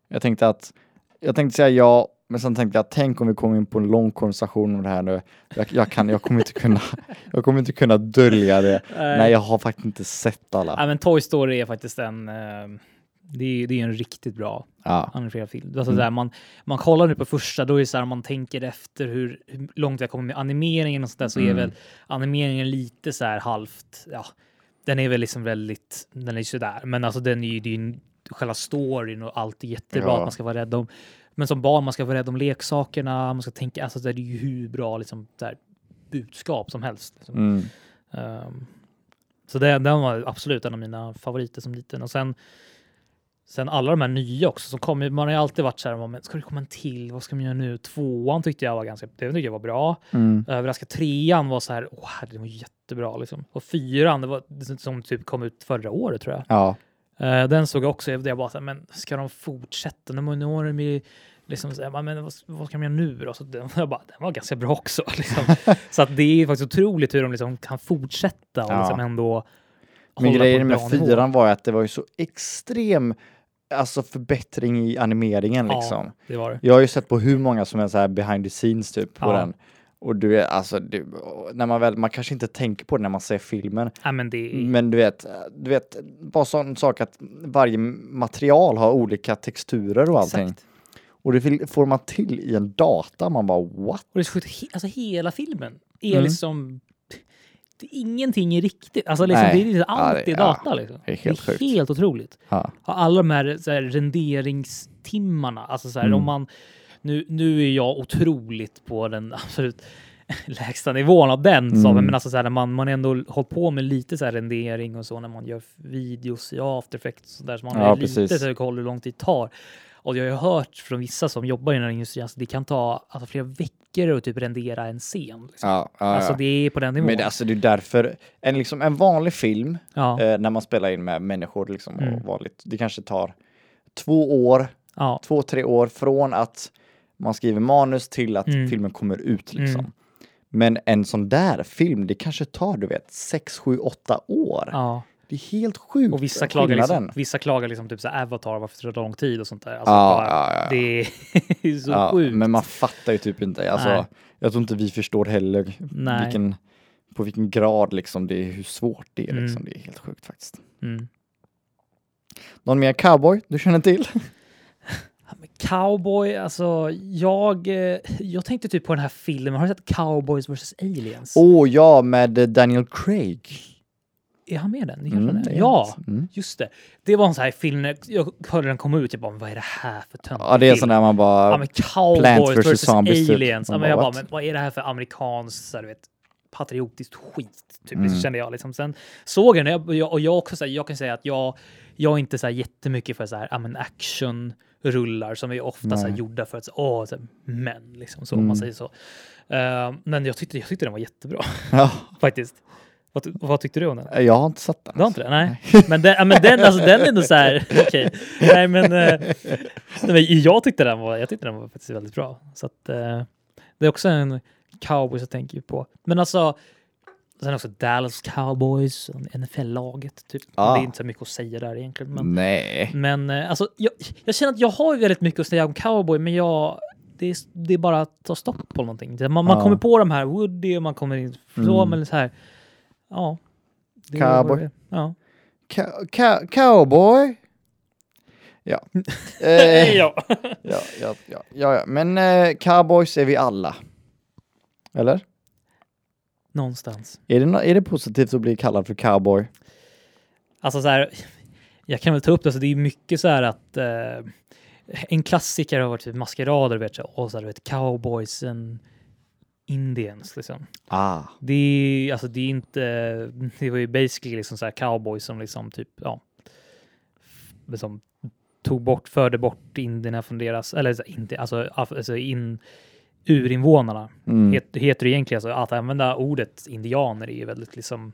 Speaker 2: Jag tänkte att jag tänkte säga ja, men sen tänkte jag tänk om vi kommer in på en lång konversation om det här nu. Jag, jag, kan, jag, kommer, inte kunna, jag kommer inte kunna dölja det. Nej, jag har faktiskt inte sett alla.
Speaker 1: Nej, men Toy Story är faktiskt en... ehm, det är, det är en riktigt bra
Speaker 2: Ja, Mm.
Speaker 1: animerad film. Alltså där man, man kollar nu på första, då är det så här, man tänker efter hur, hur långt jag kommer med animeringen och sånt där, så är
Speaker 2: Mm.
Speaker 1: väl animeringen lite så här halvt, ja, den är väl liksom väldigt, den är sådär, men alltså den är ju, det är ju själva storyn och allt är jättebra
Speaker 2: Ja.
Speaker 1: att man ska vara rädd om. Men som barn, man ska vara rädd om leksakerna, man ska tänka, alltså det är ju hur bra liksom så här, budskap som helst. Liksom.
Speaker 2: mm.
Speaker 1: Ehm, så det, den var absolut en av mina favoriter som liten. Och sen, sen alla de här nya också som kommer. Man har ju alltid varit så här, "Ja, men ska det komma en till? Vad ska man göra nu? Tvåan tyckte jag var ganska, den tyckte jag var bra.
Speaker 2: Mm.
Speaker 1: Överraska trean var så här, åh herre, den var jättebra liksom. Och fyran, det var som typ kom ut förra året tror jag.
Speaker 2: ja.
Speaker 1: Eh, den såg jag också, jag bara så här, men ska de fortsätta? Nu må- nu har de ju liksom så här, "Va, men vad, vad ska de göra nu då? Så den, jag bara, den var ganska bra också. Liksom. så att det är faktiskt otroligt hur de liksom kan fortsätta och
Speaker 2: Ja.
Speaker 1: liksom ändå
Speaker 2: Men
Speaker 1: hålla på en
Speaker 2: grejen med
Speaker 1: bra nivå.
Speaker 2: fyran var ju att det var ju så extrem alltså förbättring i animeringen
Speaker 1: Ja.
Speaker 2: liksom.
Speaker 1: Det var det.
Speaker 2: Jag har ju sett på hur många som är så här behind the scenes typ på
Speaker 1: Ja.
Speaker 2: den. Och du vet, alltså, du, när man väl, man kanske inte tänker på det när man ser filmen,
Speaker 1: Nej, men det är
Speaker 2: men du vet, du vet, bara sån sak att varje material har olika texturer och allting.
Speaker 1: exakt.
Speaker 2: Och det vill- får man till i en data, man bara what?
Speaker 1: Och det är så sjukt, he, alltså hela filmen är
Speaker 2: Mm.
Speaker 1: liksom, det, ingenting är riktigt. Alltså liksom,
Speaker 2: Nej.
Speaker 1: det är liksom
Speaker 2: Ja,
Speaker 1: allt
Speaker 2: det-
Speaker 1: är
Speaker 2: ja.
Speaker 1: data liksom.
Speaker 2: Det är helt sjukt.
Speaker 1: helt otroligt.
Speaker 2: Ja.
Speaker 1: Ja, alla de här, så här renderingstimmarna. Alltså så här,
Speaker 2: Mm.
Speaker 1: om man, nu, nu är jag otroligt på den absolut lägsta nivån av den, så,
Speaker 2: Mm.
Speaker 1: men alltså så här, när man, man har ändå hållit på med lite så här rendering och så när man gör videos i After Effects och så där, så man
Speaker 2: Ja,
Speaker 1: har ju lite
Speaker 2: precis.
Speaker 1: så här koll hur lång tid det tar. Och jag har ju hört från vissa som jobbar i den här industrin, alltså det kan ta alltså, flera veckor att typ rendera en scen. Liksom.
Speaker 2: Ja, ja,
Speaker 1: Alltså
Speaker 2: ja.
Speaker 1: det är på den nivån.
Speaker 2: Men det, alltså det är därför, en, liksom, en vanlig film
Speaker 1: ja,
Speaker 2: eh, när man spelar in med människor liksom,
Speaker 1: Mm.
Speaker 2: och vanligt, det kanske tar två år,
Speaker 1: ja,
Speaker 2: två, tre år från att man skriver manus till att
Speaker 1: Mm.
Speaker 2: filmen kommer ut. Liksom.
Speaker 1: Mm.
Speaker 2: Men en sån där film, det kanske tar du vet 6, 7, 8 år.
Speaker 1: ja.
Speaker 2: Det är helt sjukt.
Speaker 1: Och vissa klagar, liksom,
Speaker 2: skillnaden.
Speaker 1: vissa klagar liksom typ så här, Avatar, varför det tar lång tid och sånt där. Alltså,
Speaker 2: Ja,
Speaker 1: bara,
Speaker 2: ja, ja.
Speaker 1: Det är det är så
Speaker 2: Ja,
Speaker 1: sjukt.
Speaker 2: men man fattar ju typ inte.
Speaker 1: Nej.
Speaker 2: Alltså, jag tror inte vi förstår heller
Speaker 1: Nej.
Speaker 2: vilken, på vilken grad liksom det är, hur svårt det är.
Speaker 1: Mm.
Speaker 2: Liksom. Det är helt sjukt faktiskt.
Speaker 1: Mm.
Speaker 2: Någon mer cowboy du känner till?
Speaker 1: Ja, men Cowboy, alltså jag, eh, jag tänkte typ på den här filmen, har du sett Cowboys vs Aliens?
Speaker 2: Åh oh, ja, med eh, Daniel Craig.
Speaker 1: Är han med i den? Det kanske
Speaker 2: Mm,
Speaker 1: han är.
Speaker 2: det är
Speaker 1: Ja,
Speaker 2: han. Mm.
Speaker 1: just det. Det var en sån här film, när jag hörde den komma ut, jag bara, "Men vad är det här för töntig
Speaker 2: Ja, det är
Speaker 1: film?
Speaker 2: sån där man bara...
Speaker 1: Ja, men Cowboys
Speaker 2: vs.
Speaker 1: vs
Speaker 2: Zombies typ.
Speaker 1: Aliens. Ja,
Speaker 2: Man
Speaker 1: men jag
Speaker 2: bara,
Speaker 1: bara,
Speaker 2: "What?"
Speaker 1: men vad är det här för amerikansk, så här, du vet, patriotiskt skit, typ,
Speaker 2: Mm.
Speaker 1: kände jag. Liksom. Sen såg jag den och jag, och jag, också, så här, jag kan säga att jag, jag är inte så här, jättemycket för så här, ja, men actionrullar som är ofta så här,
Speaker 2: Nej.
Speaker 1: gjorda för att så, åh, så här, män, liksom, så, om
Speaker 2: Mm.
Speaker 1: man säger så. Eh, men jag tyckte, jag tyckte den var jättebra
Speaker 2: Ja,
Speaker 1: faktiskt. Vad, ty- vad tyckte du om den?
Speaker 2: jag har inte sett den. alltså.
Speaker 1: Du har inte det? Nej. Men den, ja, men den, alltså, den är ändå så här, okej. Nej, men, eh, nej, men jag, tyckte den var, jag tyckte den var faktiskt väldigt bra. Så att, eh, det är också en cowboy jag tänker på. Men alltså, sen också Dallas Cowboys, NFL-laget, typ.
Speaker 2: Ah.
Speaker 1: Det är inte så mycket att säga där egentligen. Men,
Speaker 2: Nej.
Speaker 1: men eh, alltså, jag, jag känner att jag har ju väldigt mycket att säga om cowboy, men jag, det, är, det är bara att ta stopp på någonting. Det- Man, man
Speaker 2: Ja.
Speaker 1: kommer på de här Woody och man kommer in från
Speaker 2: Ah. Mm.
Speaker 1: eller så här. Ja. det är
Speaker 2: Cowboy.
Speaker 1: vad det är. Ja.
Speaker 2: Ca- ca- cowboy? Ja. Eh,
Speaker 1: ja.
Speaker 2: ja, ja, ja, ja, ja. Men eh, cowboys är vi alla. Eller?
Speaker 1: Någonstans.
Speaker 2: Är det, nå- är det positivt att bli kallad för cowboy?
Speaker 1: Alltså så här, jag kan väl ta upp det, så det är mycket så här att eh, en klassiker har varit typ maskerader, vet jag, och så här, du vet, cowboys and indians liksom.
Speaker 2: Ah.
Speaker 1: Det är, alltså, det är inte, det var ju basically liksom så här cowboys som liksom typ, ja, liksom tog bort, förde bort indierna från deras, eller så här, inte, alltså, af- alltså in, urinvånarna
Speaker 2: Mm.
Speaker 1: het, heter det egentligen. Alltså, att använda ordet indianer är ju väldigt liksom,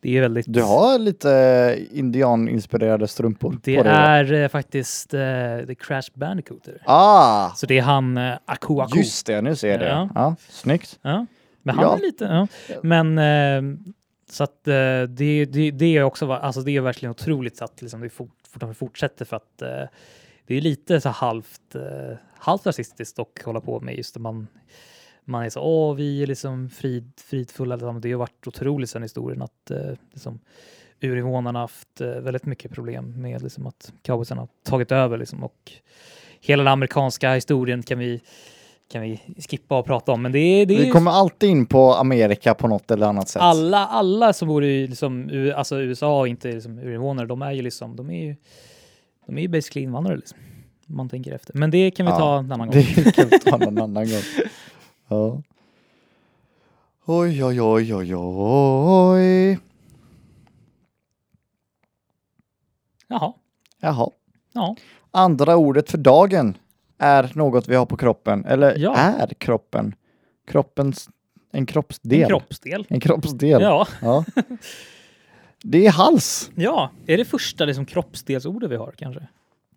Speaker 1: det är väldigt
Speaker 2: Du har lite indianinspirerade strumpor
Speaker 1: Det
Speaker 2: på dig. va?
Speaker 1: är eh, faktiskt eh, The Crash Bandicoot. är det.
Speaker 2: Ah!
Speaker 1: Så det är han eh, Aku Aku.
Speaker 2: Just det, nu ser jag det.
Speaker 1: Ja.
Speaker 2: Ja. snyggt.
Speaker 1: Ja. Men han
Speaker 2: Ja.
Speaker 1: är lite... Ja. Men eh, så att eh, det, det, det är också va- alltså det är verkligen otroligt att liksom det fort, fortfarande fortsätter för att eh, det är lite så halvt, eh, halvt rasistiskt att hålla på med just att man man är så, åh, vi är liksom frid, fridfulla. liksom." Det har varit otroligt sen historien att eh, liksom, urinvånarna haft eh, väldigt mycket problem med liksom, att cowboysarna har tagit över liksom, och hela den amerikanska historien kan vi, kan vi skippa och prata om. Men det, är- det är
Speaker 2: Vi
Speaker 1: ju-
Speaker 2: kommer alltid in på Amerika på något eller annat sätt.
Speaker 1: alla, alla som bor i liksom, U- alltså USA och inte är liksom urinvånare, de är ju liksom, de är ju, de är ju basically invandrare liksom. om Man tänker efter. Men det kan vi
Speaker 2: Ja,
Speaker 1: ta en annan gång.
Speaker 2: Det kan vi ta någon annan gång. Ja. Oj, oj, oj, oj, oj.
Speaker 1: Jaha,
Speaker 2: Jaha.
Speaker 1: ja,
Speaker 2: Andra ordet för dagen är något vi har på kroppen, eller
Speaker 1: Ja.
Speaker 2: är kroppen. Kroppens, en kroppsdel.
Speaker 1: en kroppsdel.
Speaker 2: En kroppsdel.
Speaker 1: Ja,
Speaker 2: Ja. Det är hals.
Speaker 1: ja, är det första liksom kroppsdelsordet vi har kanske?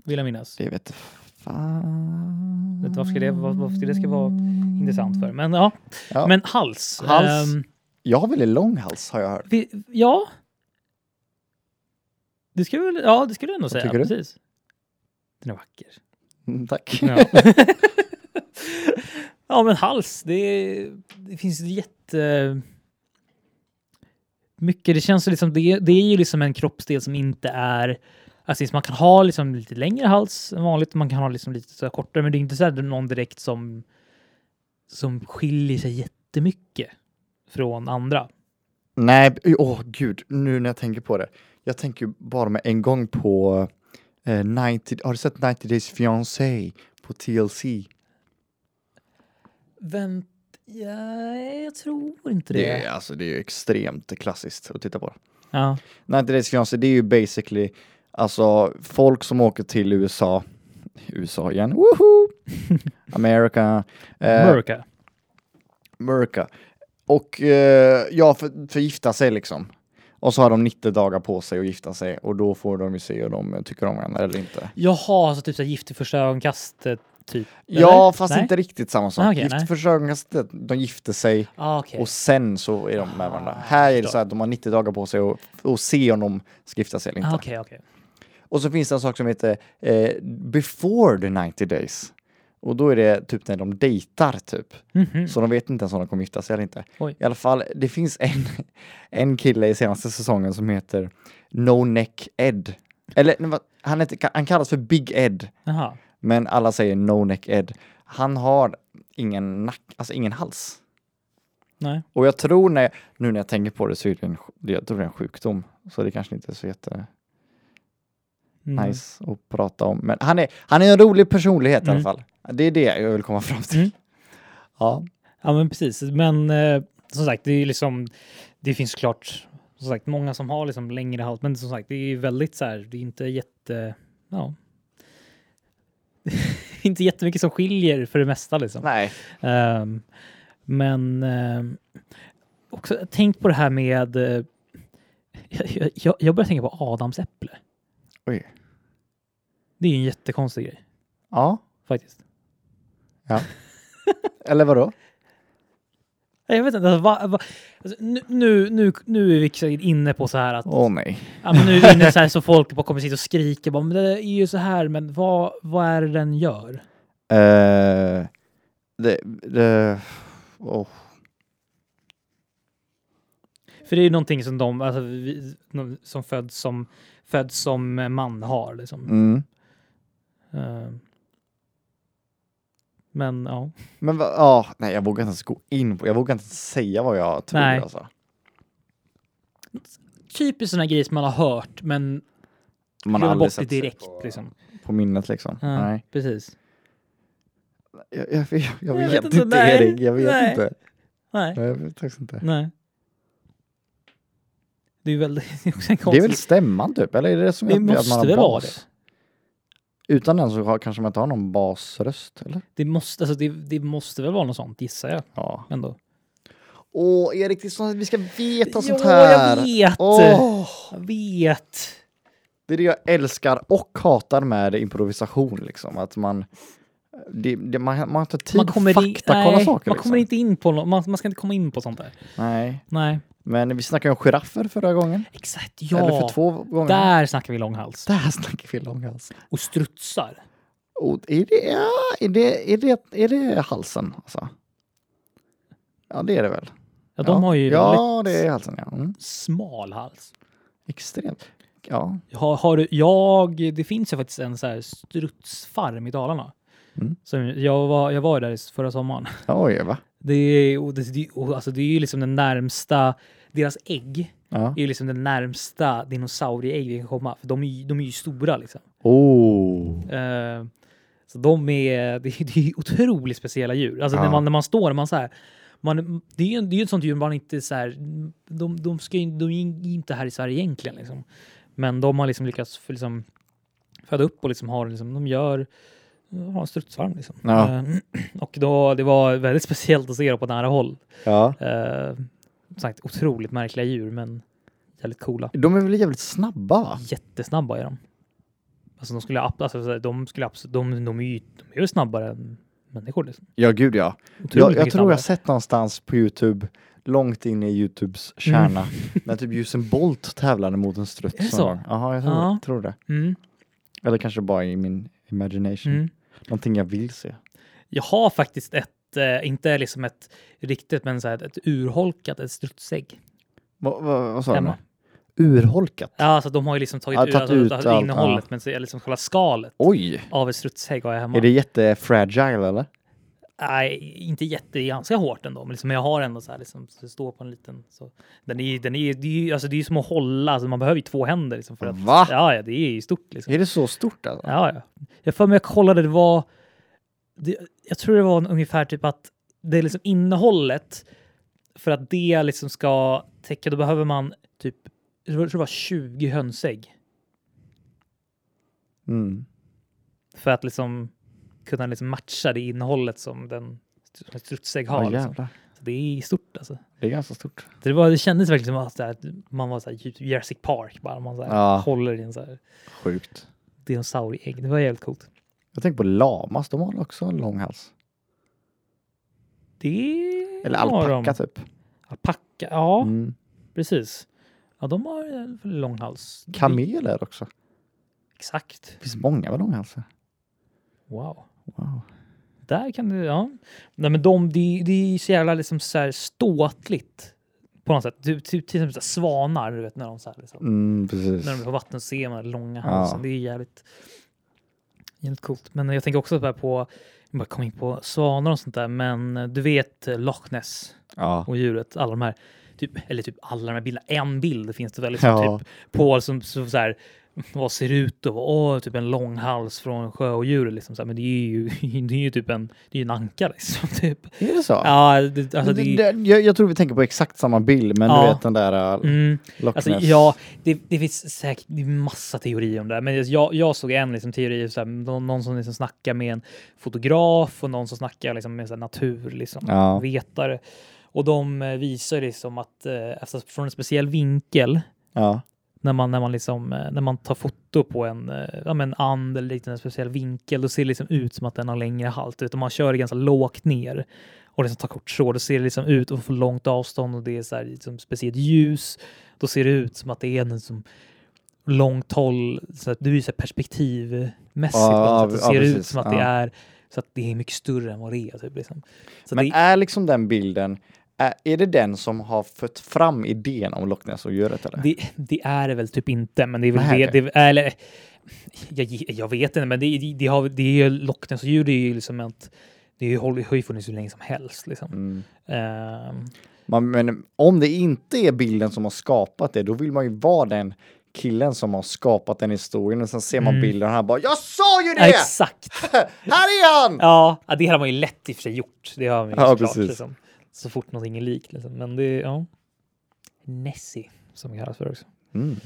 Speaker 1: Vill jag minnas.
Speaker 2: Det vet fan.
Speaker 1: Jag vet inte varför det, var- varför det ska vara intressant för. Men ja,
Speaker 2: Ja.
Speaker 1: men hals.
Speaker 2: Hals.
Speaker 1: Ehm,
Speaker 2: Jag har väldigt lång hals har jag hört.
Speaker 1: vi, ja. Det skulle, väl- ja, det skulle jag ändå säga.
Speaker 2: tycker du?
Speaker 1: Precis. Den är vacker.
Speaker 2: Mm, Tack.
Speaker 1: Ja. ja, men hals. Det, är- det finns jätte... Mycket. Det känns ju liksom, det, det är ju liksom en kroppsdel som inte är... Alltså man kan ha liksom lite längre hals än vanligt, man kan ha liksom lite så här kortare, men det är inte så här någon direkt som, som skiljer sig jättemycket från andra.
Speaker 2: Nej, b- åh gud, nu när jag tänker på det. Jag tänker ju bara med en gång på eh, 90, har du sett 90 Days Fiancé på TLC?
Speaker 1: Vänt, ja, jag tror inte det.
Speaker 2: Det är, alltså, det är ju extremt klassiskt att titta på.
Speaker 1: Ja.
Speaker 2: 90 Days Fiancé, det är ju basically alltså folk som åker till USA, USA igen, woho! America. Eh,
Speaker 1: Mörka.
Speaker 2: America. Och eh, ja, för, för gifta sig liksom. Och så har de 90 dagar på sig att gifta sig och då får de ju se om de eh, tycker om varandra eller inte.
Speaker 1: Jaha, så typ så här gift i första ögonkastet, typ?
Speaker 2: Ja, fast
Speaker 1: Nej.
Speaker 2: inte riktigt samma sak.
Speaker 1: Ah, okej,
Speaker 2: Gift
Speaker 1: nej.
Speaker 2: för ögonkastet, de gifte sig
Speaker 1: Ah, okej. Ah,
Speaker 2: och sen så är de med varandra. Här är det så att de har 90 dagar på sig och, och se om de ska gifta sig eller inte.
Speaker 1: Ah, okej, okej.
Speaker 2: Och så finns det en sak som heter eh, before the 90 days. Och då är det typ när de dejtar typ.
Speaker 1: Mhm.
Speaker 2: Så de vet inte ens om de kommer gifta sig eller inte.
Speaker 1: Oj.
Speaker 2: I alla fall, det finns en, en kille i senaste säsongen som heter No Neck Ed. Eller nej, vad- han, heter, han kallas för Big Ed,
Speaker 1: Jaha.
Speaker 2: men alla säger No Neck Ed. Han har ingen nack, alltså ingen hals.
Speaker 1: Nej.
Speaker 2: Och jag tror när, jag- nu när jag tänker på det så är det en, sj- det- jag tror det är en sjukdom. Så det kanske inte är så jätte
Speaker 1: Mm.
Speaker 2: nice att prata om. Men han är, han är en rolig personlighet i
Speaker 1: Mm.
Speaker 2: alla fall. Det är det jag vill komma fram till.
Speaker 1: Mm.
Speaker 2: Ja.
Speaker 1: Ja, men precis. Men eh, som sagt, det är ju liksom, det finns klart som sagt många som har liksom längre halt, men som sagt, det är ju väldigt så här, det är inte jätte, ja. inte jättemycket som skiljer för det mesta liksom.
Speaker 2: Nej.
Speaker 1: Ehm, men ehm, också tänk på det här med... eh, jag, jag, jag börjar tänka på adamsäpple.
Speaker 2: Oj.
Speaker 1: Det är ju en jättekonstig grej
Speaker 2: Ja.
Speaker 1: faktiskt.
Speaker 2: Eller vadå?
Speaker 1: Nej, Jag vet inte, alltså, va, va, alltså, nu- nu, nu, nu är vi säkert inne på så här att
Speaker 2: Åh nej.
Speaker 1: ja, men nu är vi inne så, här, så folk bara kommer sitta och skriker bara, men det är ju så här, men vad, vad är det den gör?
Speaker 2: Eh, det, det, åh.
Speaker 1: För det är ju någonting som de alltså, vi, de som föds som, föds som man har. Liksom.
Speaker 2: Mm.
Speaker 1: Eh, Men ja.
Speaker 2: Men va- ja, nej jag vågar inte ens gå in på, jag vågar inte ens säga vad jag tror
Speaker 1: Nej.
Speaker 2: alltså.
Speaker 1: Typiskt sådana grejer som man har hört men
Speaker 2: Man
Speaker 1: glömmer bort det
Speaker 2: sett sig
Speaker 1: direkt.
Speaker 2: på,
Speaker 1: liksom.
Speaker 2: på minnet liksom.
Speaker 1: Ja,
Speaker 2: Nej.
Speaker 1: Precis.
Speaker 2: Jag, jag, jag, jag vet,
Speaker 1: vet
Speaker 2: inte,
Speaker 1: inte, nej.
Speaker 2: Erik, jag vet
Speaker 1: Nej.
Speaker 2: inte.
Speaker 1: Nej.
Speaker 2: Nej, jag vet faktiskt inte.
Speaker 1: Nej. Det är ju väldigt... Det är också en
Speaker 2: Det är
Speaker 1: konstig...
Speaker 2: väl stämman typ, eller är det det som
Speaker 1: det
Speaker 2: gör att man
Speaker 1: måste
Speaker 2: har
Speaker 1: väl vara
Speaker 2: bas?
Speaker 1: det?
Speaker 2: Utan den så har, kanske man inte har någon basröst, eller?
Speaker 1: Det måste, alltså, det, det måste väl vara något sånt gissar jag
Speaker 2: Ja.
Speaker 1: ändå.
Speaker 2: Åh, Erik, det är sånt, vi ska veta sånt
Speaker 1: Jo,
Speaker 2: här.
Speaker 1: jag vet!
Speaker 2: Åh,
Speaker 1: Jag vet!
Speaker 2: det är det jag älskar och hatar med improvisation, liksom. Att man... Det, det, man, man har inte tid
Speaker 1: Man
Speaker 2: att
Speaker 1: kommer, i,
Speaker 2: faktakolla
Speaker 1: nej,
Speaker 2: saker.
Speaker 1: man
Speaker 2: liksom.
Speaker 1: kommer inte in på något, man, man ska inte komma in på sånt där.
Speaker 2: Nej,
Speaker 1: Nej,
Speaker 2: men vi snackade ju om giraffer förra gången.
Speaker 1: exakt. Ja,
Speaker 2: Eller för två gånger.
Speaker 1: där snackar vi långhals.
Speaker 2: Där snackar vi alltså. långhals.
Speaker 1: Och strutsar.
Speaker 2: Och är det, ja, är det, är det, är det halsen? Alltså? Ja, det är det väl.
Speaker 1: Ja, de har ju
Speaker 2: Ja,
Speaker 1: väldigt
Speaker 2: det är halsen. Ja. Mm.
Speaker 1: smal hals.
Speaker 2: Extremt. Ja.
Speaker 1: Har, har du, jag, det finns ju faktiskt en så här strutsfarm i Dalarna.
Speaker 2: Mm.
Speaker 1: Som jag, var, jag var där i s- förra sommaren.
Speaker 2: Oj, va?
Speaker 1: Det är, och det, det, och alltså det är ju liksom den närmsta, deras ägg
Speaker 2: Ja.
Speaker 1: är ju liksom den närmsta dinosaurieägg vi kan komma. För de är, ju- de är ju stora liksom.
Speaker 2: Oh.
Speaker 1: Eh, så de är, det, är- det är otroligt speciella djur. Alltså när,
Speaker 2: Ja.
Speaker 1: man, när man står, man så här, man, det är ju det är ju ett sånt djur man inte så här, de, de, ska, ju- de är ju inte här i Sverige egentligen. Liksom. Men de har liksom lyckats för, liksom, föda upp och liksom har, liksom, de gör har en strutsvarm. Liksom.
Speaker 2: Ja.
Speaker 1: Eh, och då, det var väldigt speciellt att se det på nära håll.
Speaker 2: Ja.
Speaker 1: Eh, som sagt, otroligt märkliga djur men jävligt coola.
Speaker 2: De är väl jävligt snabba? va?
Speaker 1: Jättesnabba är de. Alltså de skulle, app- alltså, så här, de, skulle abs- de, de, är ju, de är ju snabbare än människor. Liksom.
Speaker 2: Ja, gud ja.
Speaker 1: Otroligt
Speaker 2: Jag, jag
Speaker 1: mycket
Speaker 2: tror jag
Speaker 1: snabbare.
Speaker 2: sett någonstans på Youtube, långt in i Youtubes kärna, när typ Usain Bolt tävlade mot en struts.
Speaker 1: Mm. Är det
Speaker 2: någon
Speaker 1: så?
Speaker 2: gång. Jaha, jag tror,
Speaker 1: Ja.
Speaker 2: tror det.
Speaker 1: Mm,
Speaker 2: Eller kanske bara i min imagination.
Speaker 1: mm.
Speaker 2: Någonting jag vill se.
Speaker 1: Jag har faktiskt ett, eh, inte liksom ett riktigt, men så här, ett urholkat, ett strutsägg
Speaker 2: Vad vad- vad sa du? nu?
Speaker 1: hemma.
Speaker 2: Urholkat?
Speaker 1: Ja, alltså de har ju liksom tagit,
Speaker 2: Ja,
Speaker 1: ur,
Speaker 2: tagit
Speaker 1: alltså,
Speaker 2: ut
Speaker 1: alltså,
Speaker 2: allt,
Speaker 1: innehållet,
Speaker 2: ja.
Speaker 1: men så är liksom själva skalet
Speaker 2: Oj!
Speaker 1: av ett strutsägg har jag hemma.
Speaker 2: Är det jättefragile eller?
Speaker 1: Nej, inte jätte, ganska hårt ändå, men liksom jag har ändå så här liksom, så det står på en liten. Så. Den är, den är, det är ju alltså, det är ju som att hålla, alltså, man behöver ju två händer liksom för att.
Speaker 2: Va?
Speaker 1: Ja, ja, det är ju stort liksom.
Speaker 2: Är det så stort alltså?
Speaker 1: Ja, ja. Jag för mig jag kollade, det var... Det, jag tror det var en- ungefär typ att det är liksom innehållet, för att det liksom ska täcka, då behöver man typ, jag tror jag tror det var 20 hönsägg
Speaker 2: Mm.
Speaker 1: för att liksom kunna liksom matcha det innehållet som den som ett strutsägg har.
Speaker 2: Ja,
Speaker 1: liksom.
Speaker 2: jävlar.
Speaker 1: Så det är stort alltså.
Speaker 2: Det är ganska stort.
Speaker 1: Det, var, det kändes verkligen som att så här, man var så här, typ Jurassic Park, bara man så här,
Speaker 2: Ja.
Speaker 1: håller i en så här
Speaker 2: Sjukt.
Speaker 1: dinosaurieägg. Det var jävligt coolt.
Speaker 2: Jag tänker på lamas, de har också en lång hals.
Speaker 1: Det
Speaker 2: Eller
Speaker 1: har de.
Speaker 2: alpacka typ.
Speaker 1: Alpacka, ja.
Speaker 2: Mm.
Speaker 1: Precis. Ja, de har en lång hals.
Speaker 2: Kameler också.
Speaker 1: Exakt.
Speaker 2: Det finns många med lång hals.
Speaker 1: Wow.
Speaker 2: Wow.
Speaker 1: Där kan du, ja. Nej, men de, det det är ju så jävla liksom så här ståtligt på något sätt. Typ, typ, till exempel så här svanar, du vet, när de så här liksom,
Speaker 2: Mm, precis.
Speaker 1: när de är på vattnet ser man den långa halsen.
Speaker 2: Ja.
Speaker 1: Det är jävligt, jävligt coolt. Men jag tänker också bara på, jag bara kom in på svanar och sånt där, men eh, du vet eh, Loch Ness
Speaker 2: Ja.
Speaker 1: och djuret, alla de här, typ, eller typ alla de här bilderna, en bild finns det väl liksom,
Speaker 2: Ja.
Speaker 1: typ, på som, som så här, vad ser ut att vara åh, typ en lång hals från sjöodjur. Liksom, så här, men det är ju, det är ju typ en, det är ju en anka liksom. Typ.
Speaker 2: Är det så?
Speaker 1: Ja, det, alltså, det,
Speaker 2: det, det, jag, jag tror vi tänker på exakt samma bild, men
Speaker 1: Ja.
Speaker 2: du vet den där äh,
Speaker 1: mm,
Speaker 2: Loch Ness.
Speaker 1: alltså, ja, det, det finns säkert det är massa teorier om det här. Men jag, jag såg en liksom, teori, så här, någon, någon som liksom snackar med en fotograf och någon som snackar liksom, med så här, natur. Liksom.
Speaker 2: Ja.
Speaker 1: vetare. Och de eh, visar liksom att eh, alltså från en speciell vinkel
Speaker 2: ja.
Speaker 1: när man, när man, liksom, eh, när man tar foto på en, eh, ja, men and eller liknande speciell vinkel, då ser det liksom ut som att den har längre halt. Utan man kör ganska lågt ner och liksom tar kort så, då ser det liksom ut och får långt avstånd och det är så här, liksom, speciellt ljus. Då ser det ut som att det är en som långt håll, så att du är ju så här perspektivmässigt.
Speaker 2: Ja,
Speaker 1: på något sätt. Då
Speaker 2: ja,
Speaker 1: ser det ut
Speaker 2: precis.
Speaker 1: som att
Speaker 2: Ja.
Speaker 1: det är så att det är mycket större än vad det är. Typ, liksom. så
Speaker 2: Men
Speaker 1: det,
Speaker 2: är liksom den bilden, är, är det den som har fött fram idén om Loch Ness och djuret eller?
Speaker 1: Det, det är det väl typ inte, men det är väl
Speaker 2: Nej,
Speaker 1: det, det eller, jag, jag vet inte, men det, det, det, har, det är ju Loch Ness djur, det är ju liksom ett, det är ju, håll- har ju funnits hur länge som helst. Liksom.
Speaker 2: Mm.
Speaker 1: Ehm,
Speaker 2: Man, men om det inte är bilden som har skapat det, då vill man ju vara den killen som har skapat den historien och sen ser man
Speaker 1: Mm.
Speaker 2: bilden och han bara “Jag sa ju
Speaker 1: ja,
Speaker 2: det!
Speaker 1: exakt!
Speaker 2: Här är han!”
Speaker 1: Ja, ja, det hade man ju lätt i och för sig gjort. Det har man ju
Speaker 2: Ja,
Speaker 1: såklart.
Speaker 2: precis.
Speaker 1: Liksom, så fort någonting är likt. Liksom. Men det är, ja. Nessie, som det kallas för också.
Speaker 2: mm.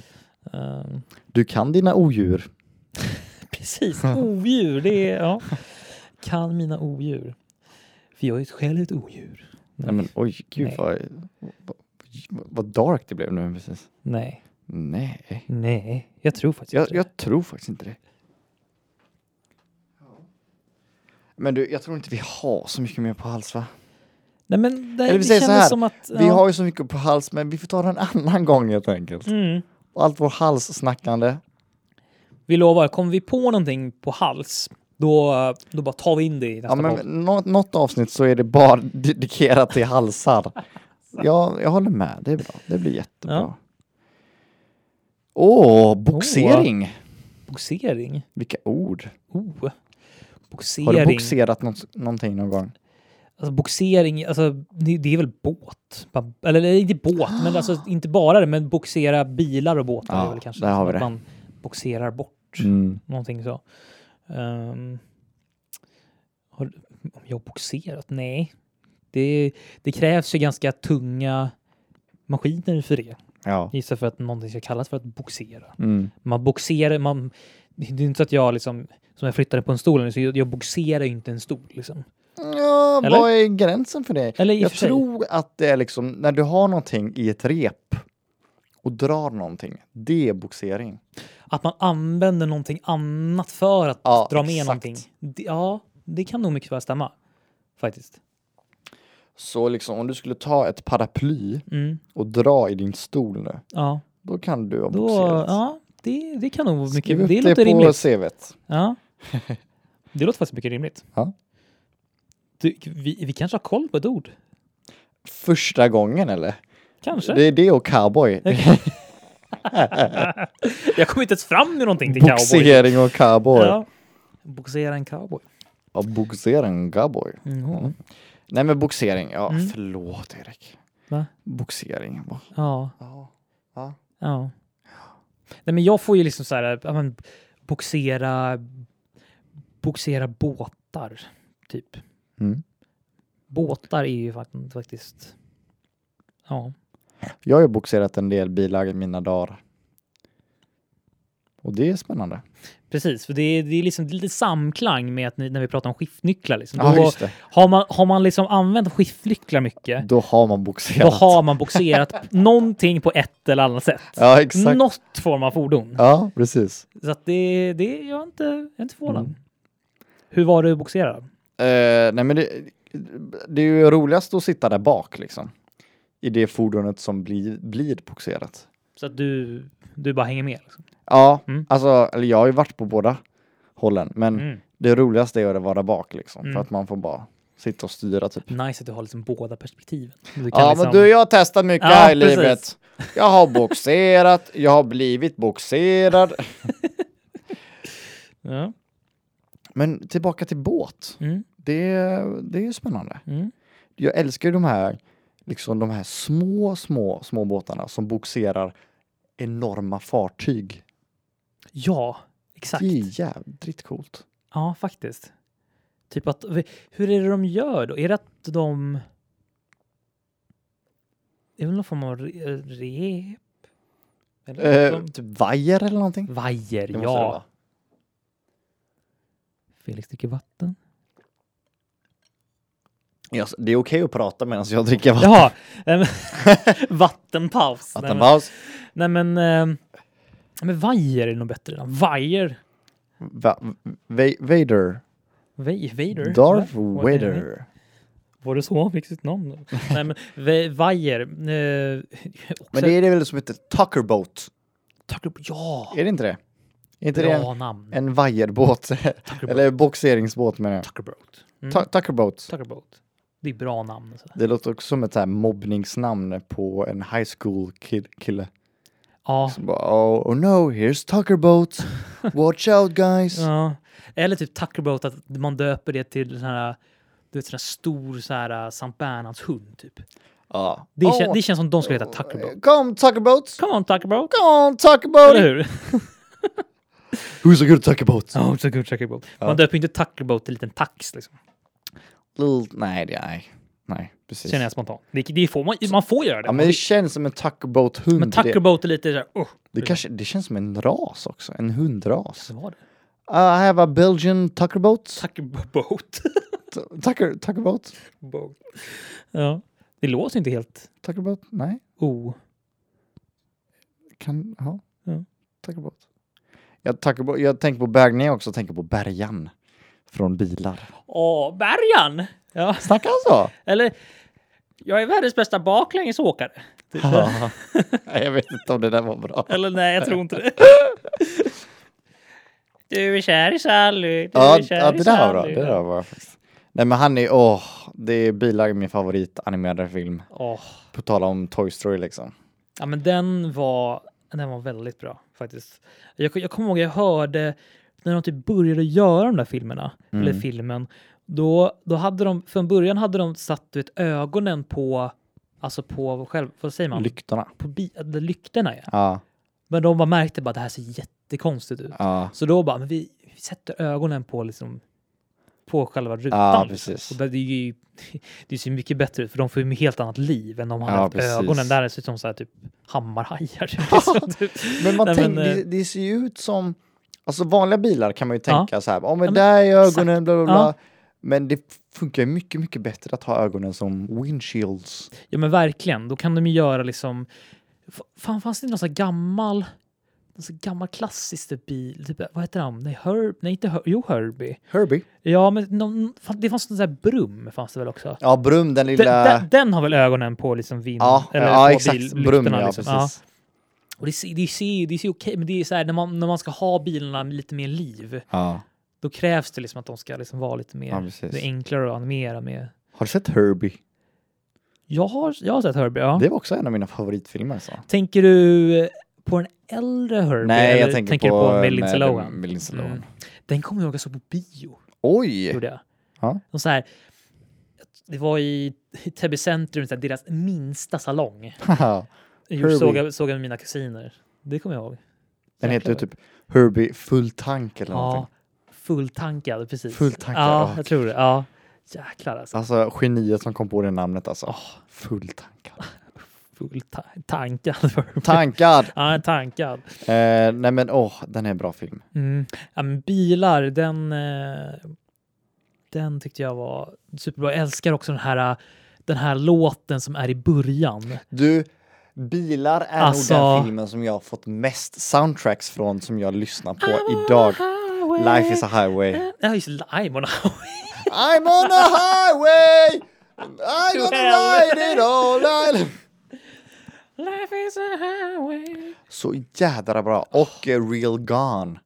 Speaker 1: Ehm,
Speaker 2: Du kan dina odjur.
Speaker 1: precis, odjur, det är, ja. Kan mina odjur. För jag är ju själv ett odjur.
Speaker 2: Nej, men oj, gud
Speaker 1: Nej.
Speaker 2: vad, vad, vad dark det blev nu precis.
Speaker 1: Nej.
Speaker 2: Nej,
Speaker 1: Nej, jag tror faktiskt
Speaker 2: jag,
Speaker 1: inte det.
Speaker 2: jag tror faktiskt inte det. Men du, jag tror inte vi har så mycket mer på hals va?
Speaker 1: Nej, men det,
Speaker 2: Eller vi
Speaker 1: det
Speaker 2: säger så
Speaker 1: kändes
Speaker 2: här,
Speaker 1: som att...
Speaker 2: Vi har ju så mycket på hals, men vi får ta det en annan gång helt enkelt.
Speaker 1: mm,
Speaker 2: Allt vår halssnackande.
Speaker 1: vi lovar, kommer vi på någonting på hals, då, då bara tar vi in det i nästa
Speaker 2: Ja, men
Speaker 1: podd.
Speaker 2: något, något avsnitt så är det bara dedikerat till halsar. Ja, jag håller med. Det är bra. Det blir jättebra.
Speaker 1: Ja.
Speaker 2: Åh, boxering!
Speaker 1: Boxering?
Speaker 2: Vilka ord.
Speaker 1: Oh. Boxering.
Speaker 2: Har du boxerat något, någonting någon gång?
Speaker 1: alltså, boxering, alltså, det, det är väl båt? Bara- Eller nej, inte båt, men alltså, inte bara det, men boxera bilar och båtar.
Speaker 2: Ja,
Speaker 1: är väl kanske
Speaker 2: där har
Speaker 1: som
Speaker 2: vi
Speaker 1: att
Speaker 2: det.
Speaker 1: Man boxerar bort
Speaker 2: Mm.
Speaker 1: någonting så. Ehm, har, om jag har boxerat? Nej. Det, det krävs ju ganska tunga maskiner för det.
Speaker 2: Ja.
Speaker 1: Gissa för att någonting ska kallas för att boxera.
Speaker 2: Mm.
Speaker 1: Man boxerar, man, det är inte så att jag liksom, som jag flyttade på en stol, så jag, jag boxerar ju inte en stol. Liksom.
Speaker 2: ja
Speaker 1: Eller?
Speaker 2: vad är gränsen för det?
Speaker 1: Eller i och
Speaker 2: Jag
Speaker 1: för sig.
Speaker 2: tror att det är liksom när du har någonting i ett rep och drar någonting. Det är boxering.
Speaker 1: Att man använder någonting annat för att
Speaker 2: Ja,
Speaker 1: dra med
Speaker 2: exakt.
Speaker 1: någonting. Det, ja, det kan nog mycket väl stämma. Faktiskt.
Speaker 2: Så liksom om du skulle ta ett paraply
Speaker 1: Mm,
Speaker 2: och dra i din stol nu,
Speaker 1: ja,
Speaker 2: då kan du ha
Speaker 1: då,
Speaker 2: boxerat.
Speaker 1: ja det, det kan nog vara
Speaker 2: Skriv
Speaker 1: mycket.
Speaker 2: upp
Speaker 1: Det
Speaker 2: det,
Speaker 1: låter
Speaker 2: på
Speaker 1: rimligt.
Speaker 2: CVt.
Speaker 1: Ja. Det låter faktiskt mycket rimligt.
Speaker 2: Ja.
Speaker 1: Du, vi, vi kanske har koll på ett ord.
Speaker 2: Första gången eller?
Speaker 1: Kanske.
Speaker 2: Det är det och cowboy.
Speaker 1: Jag kommer inte ens fram med någonting till cowboy.
Speaker 2: Boxering och cowboy. Ja.
Speaker 1: Ja. Boxera en cowboy.
Speaker 2: boxering och cowboy.
Speaker 1: Mm.
Speaker 2: Nej men boxering, ja
Speaker 1: Mm.
Speaker 2: förlåt Erik.
Speaker 1: Va?
Speaker 2: Boxering. va?
Speaker 1: Ja.
Speaker 2: Ja. Ja.
Speaker 1: ja. Nej, men jag får ju liksom så här, ja, men, boxera, boxera båtar, typ.
Speaker 2: Mm.
Speaker 1: Båtar är ju fakt- faktiskt, ja.
Speaker 2: Jag har ju boxerat en del bilar i mina dagar. Och det är spännande.
Speaker 1: Precis, för det är, det är liksom lite samklang med att ni, när vi pratar om skiftnycklar. Liksom.
Speaker 2: Ja,
Speaker 1: Då-
Speaker 2: just det.
Speaker 1: Har man, har man liksom använt skiftnycklar mycket,
Speaker 2: Då har man
Speaker 1: då
Speaker 2: boxerat.
Speaker 1: har man boxerat någonting på ett eller annat sätt.
Speaker 2: Ja, exakt.
Speaker 1: Något form av fordon.
Speaker 2: Ja, precis.
Speaker 1: Så att det, det jag är inte, jag är inte förvånad.
Speaker 2: Mm.
Speaker 1: Hur var du boxerad?
Speaker 2: Eh, nej, men det, det är ju roligast att sitta där bak liksom. I det fordonet som blir, blir boxerat.
Speaker 1: Så att du, du bara hänger med? Liksom.
Speaker 2: Ja,
Speaker 1: Mm.
Speaker 2: alltså, eller jag har ju varit på båda hållen, men
Speaker 1: Mm.
Speaker 2: det roligaste är att vara där bak liksom. För
Speaker 1: Mm.
Speaker 2: att man får bara sitta och styra typ.
Speaker 1: Nice att du har liksom båda perspektiven. Du kan
Speaker 2: Ja,
Speaker 1: liksom,
Speaker 2: men du, jag har testat mycket
Speaker 1: Ja,
Speaker 2: här i
Speaker 1: precis.
Speaker 2: livet. Jag har boxerat, jag har blivit boxerad.
Speaker 1: ja.
Speaker 2: Men tillbaka till båt.
Speaker 1: mm.
Speaker 2: Det, det är ju spännande.
Speaker 1: Mm.
Speaker 2: Jag älskar ju de här, liksom de här små, små, små båtarna som boxerar enorma fartyg.
Speaker 1: Ja, exakt.
Speaker 2: Det är jävligt coolt.
Speaker 1: Ja, faktiskt. Typ att, hur är det de gör då? Är det att de... Det är väl någon form av re- rep? Eller
Speaker 2: Eh,
Speaker 1: de-
Speaker 2: typ vajer eller någonting?
Speaker 1: Vajer,
Speaker 2: Det måste det vara.
Speaker 1: ja. Felix dricker vatten.
Speaker 2: Ja, så det är okej att prata medan jag dricker vatten.
Speaker 1: Jaha! nej, men- Vattenpaus. Nej, men-
Speaker 2: Vattenpaus.
Speaker 1: Nej men... ehm, Men Vajer är nog bättre namn. Vajer.
Speaker 2: Va- Va- Vader.
Speaker 1: Vej- Vader?
Speaker 2: Darth
Speaker 1: Va- vad är det?
Speaker 2: Vader.
Speaker 1: Var det så han fick sitt namn? då? Nej men Ve- Vajer. Eh, också
Speaker 2: Men det är det väl som heter Tuckerboat?
Speaker 1: Tucker, ja!
Speaker 2: Är det inte det? Är inte det en,
Speaker 1: Bra namn.
Speaker 2: en vajerbåt? eller boxeringsbåt menar jag.
Speaker 1: Tuckerboat. Mm.
Speaker 2: Tu- Tuckerboat.
Speaker 1: Tuckerboat. Det är bra namn. Så.
Speaker 2: Det låter också som ett så här mobbningsnamn på en high school kid- kille.
Speaker 1: Ja.
Speaker 2: Som bara, oh, oh no, here's Tuckerboat. Watch out guys.
Speaker 1: ja. Eller typ Tuckerboat, att man döper det till sån här, du vet, sån här stor så här, Sankt Bernhards hund typ.
Speaker 2: Ja.
Speaker 1: Det,
Speaker 2: Oh,
Speaker 1: kän, det känns som de skulle heta Tuckerboat.
Speaker 2: Come Tuckerboat.
Speaker 1: Come on Tuckerboat!
Speaker 2: Come on Tuckerboat.
Speaker 1: Eller hur?
Speaker 2: Who's a good Tuckerboat?
Speaker 1: Ja, oh, good Tuckerboat. Man
Speaker 2: Ja.
Speaker 1: döper ju inte Tuckerboat till en liten tax liksom.
Speaker 2: Little, nej, det, nej. Nej, precis.
Speaker 1: Känner jag spontant. Det, det får man, man får göra det.
Speaker 2: Ja, men det känns som en Tuckerboat-hund.
Speaker 1: men
Speaker 2: det,
Speaker 1: Tuckerboat är lite såhär, oh,
Speaker 2: det, kanske, det känns som en ras också. En hundras.
Speaker 1: så var det.
Speaker 2: Uh, I have a Belgian Tuckerboat.
Speaker 1: Tuckerboat.
Speaker 2: T- Tucker, Tuckerboat?
Speaker 1: Boat. ja. Det låter inte helt
Speaker 2: Tuckerboat? Nej.
Speaker 1: o...
Speaker 2: Kan, ja.
Speaker 1: Ja.
Speaker 2: Tuckerboat. Jag, tuckerboat. jag tänker på bärgning också, tänker på bärgan. Från bilar.
Speaker 1: Åh, Bergan! Ja,
Speaker 2: Snackar han så?
Speaker 1: eller... Jag är världens bästa baklängesåkare. Typ.
Speaker 2: Ja. jag vet inte om det där var bra.
Speaker 1: Eller nej, jag tror inte det. Du är kär i Sally. Du
Speaker 2: Ja,
Speaker 1: är kär
Speaker 2: ja
Speaker 1: i
Speaker 2: det där var bra.
Speaker 1: Sally.
Speaker 2: Det där var bra faktiskt. Nej men han är, åh, det är bilar är min favoritanimerade film.
Speaker 1: Åh.
Speaker 2: På tal om Toy Story liksom.
Speaker 1: Ja, men den var, den var väldigt bra faktiskt. Jag, jag kommer ihåg jag hörde när de typ började göra de där filmerna,
Speaker 2: Mm.
Speaker 1: eller filmen, då, då hade de, från början hade de satt du vet, ögonen på, alltså på, själv, vad säger man,
Speaker 2: Lyktorna.
Speaker 1: på bi, eller lyktorna. Ja.
Speaker 2: Ja,
Speaker 1: Men de bara märkte bara det här ser jättekonstigt ut.
Speaker 2: ja.
Speaker 1: Så då bara, men vi, vi sätter ögonen på liksom på själva rutan.
Speaker 2: Ja,
Speaker 1: liksom.
Speaker 2: precis.
Speaker 1: Och det, det är ju, det ser ju mycket bättre ut för de får ju ett helt annat liv än de hade
Speaker 2: Ja,
Speaker 1: haft
Speaker 2: precis.
Speaker 1: ögonen där ser ut som så här, typ hammarhajar. liksom, typ.
Speaker 2: Men man
Speaker 1: Nej,
Speaker 2: tänk,
Speaker 1: men, eh,
Speaker 2: det, det ser ju ut som, alltså vanliga bilar kan man ju
Speaker 1: Ja.
Speaker 2: tänka så här, oh,
Speaker 1: Ja,
Speaker 2: men
Speaker 1: men
Speaker 2: där är
Speaker 1: exakt.
Speaker 2: ögonen, bla bla bla.
Speaker 1: Ja.
Speaker 2: Men det funkar ju mycket, mycket bättre att ha ögonen som windshields.
Speaker 1: Ja men verkligen, då kan de ju göra liksom... F- Fan fanns det inte någon sån här gammal, någon sån här gammal klassisk typ bil? Typ, vad heter han? Nej, Herb, nej inte Herb, jo Herbie.
Speaker 2: Herbie.
Speaker 1: Ja men någon, fan, det fanns någon sån här Brum fanns det väl också?
Speaker 2: Ja, Brum, den
Speaker 1: Den,
Speaker 2: lilla...
Speaker 1: den, den har väl ögonen på liksom vind?
Speaker 2: ja,
Speaker 1: eller
Speaker 2: ja
Speaker 1: på
Speaker 2: exakt.
Speaker 1: billyktorna,
Speaker 2: Brum, ja,
Speaker 1: liksom.
Speaker 2: precis.
Speaker 1: Och det ser, det ser, det ser okej, men det är så här när man, när man ska ha bilarna med lite mer liv,
Speaker 2: Ja.
Speaker 1: då krävs det liksom att de ska liksom vara lite mer
Speaker 2: Ja, precis.
Speaker 1: det är enklare att animera med.
Speaker 2: Har du sett Herbie?
Speaker 1: Jag har, jag har sett Herbie, ja.
Speaker 2: Det var också en av mina favoritfilmer. alltså. Så.
Speaker 1: Tänker du eh, på den äldre Herbie?
Speaker 2: Nej, jag
Speaker 1: eller
Speaker 2: tänker,
Speaker 1: du på, med Lindsay
Speaker 2: med-
Speaker 1: Lohan?
Speaker 2: med Lindsay Lohan.
Speaker 1: Mm. Den kommer jag ihåg jag såg på bio.
Speaker 2: Oj!
Speaker 1: Gjorde jag.
Speaker 2: Ja.
Speaker 1: Och så här, det var i, i Täby centrum, så här, deras minsta salong.
Speaker 2: Herbie.
Speaker 1: Jag såg, jag- såg jag med mina kusiner. Det kommer jag ihåg.
Speaker 2: den heter ju
Speaker 1: Jäklar.
Speaker 2: typ Herbie Full Tank eller
Speaker 1: Ja,
Speaker 2: någonting.
Speaker 1: fulltankad, precis.
Speaker 2: Fulltankad,
Speaker 1: ja.
Speaker 2: ja.
Speaker 1: jag tror det. Ja. Jäklar alltså.
Speaker 2: Alltså geniet som kom på det namnet alltså. Full tankad.
Speaker 1: Fulltankad.
Speaker 2: Tankad!
Speaker 1: ja, tankad.
Speaker 2: Eh, nej men åh, den är en bra film.
Speaker 1: Mm. Ja, men bilar, den, eh, den tyckte jag var superbra. Jag älskar också den här, den här låten som är i början.
Speaker 2: Du, bilar är
Speaker 1: Alltså-
Speaker 2: nog den filmen som jag har fått mest soundtracks från som jag lyssnar på idag. Life is a highway.
Speaker 1: Ja, just det, I'm on a highway.
Speaker 2: I'm on a highway! I'm gonna
Speaker 1: hell.
Speaker 2: ride it all night!
Speaker 1: Life is a highway.
Speaker 2: Så jädra bra.
Speaker 1: Ah.
Speaker 2: Och eh, Real Gone.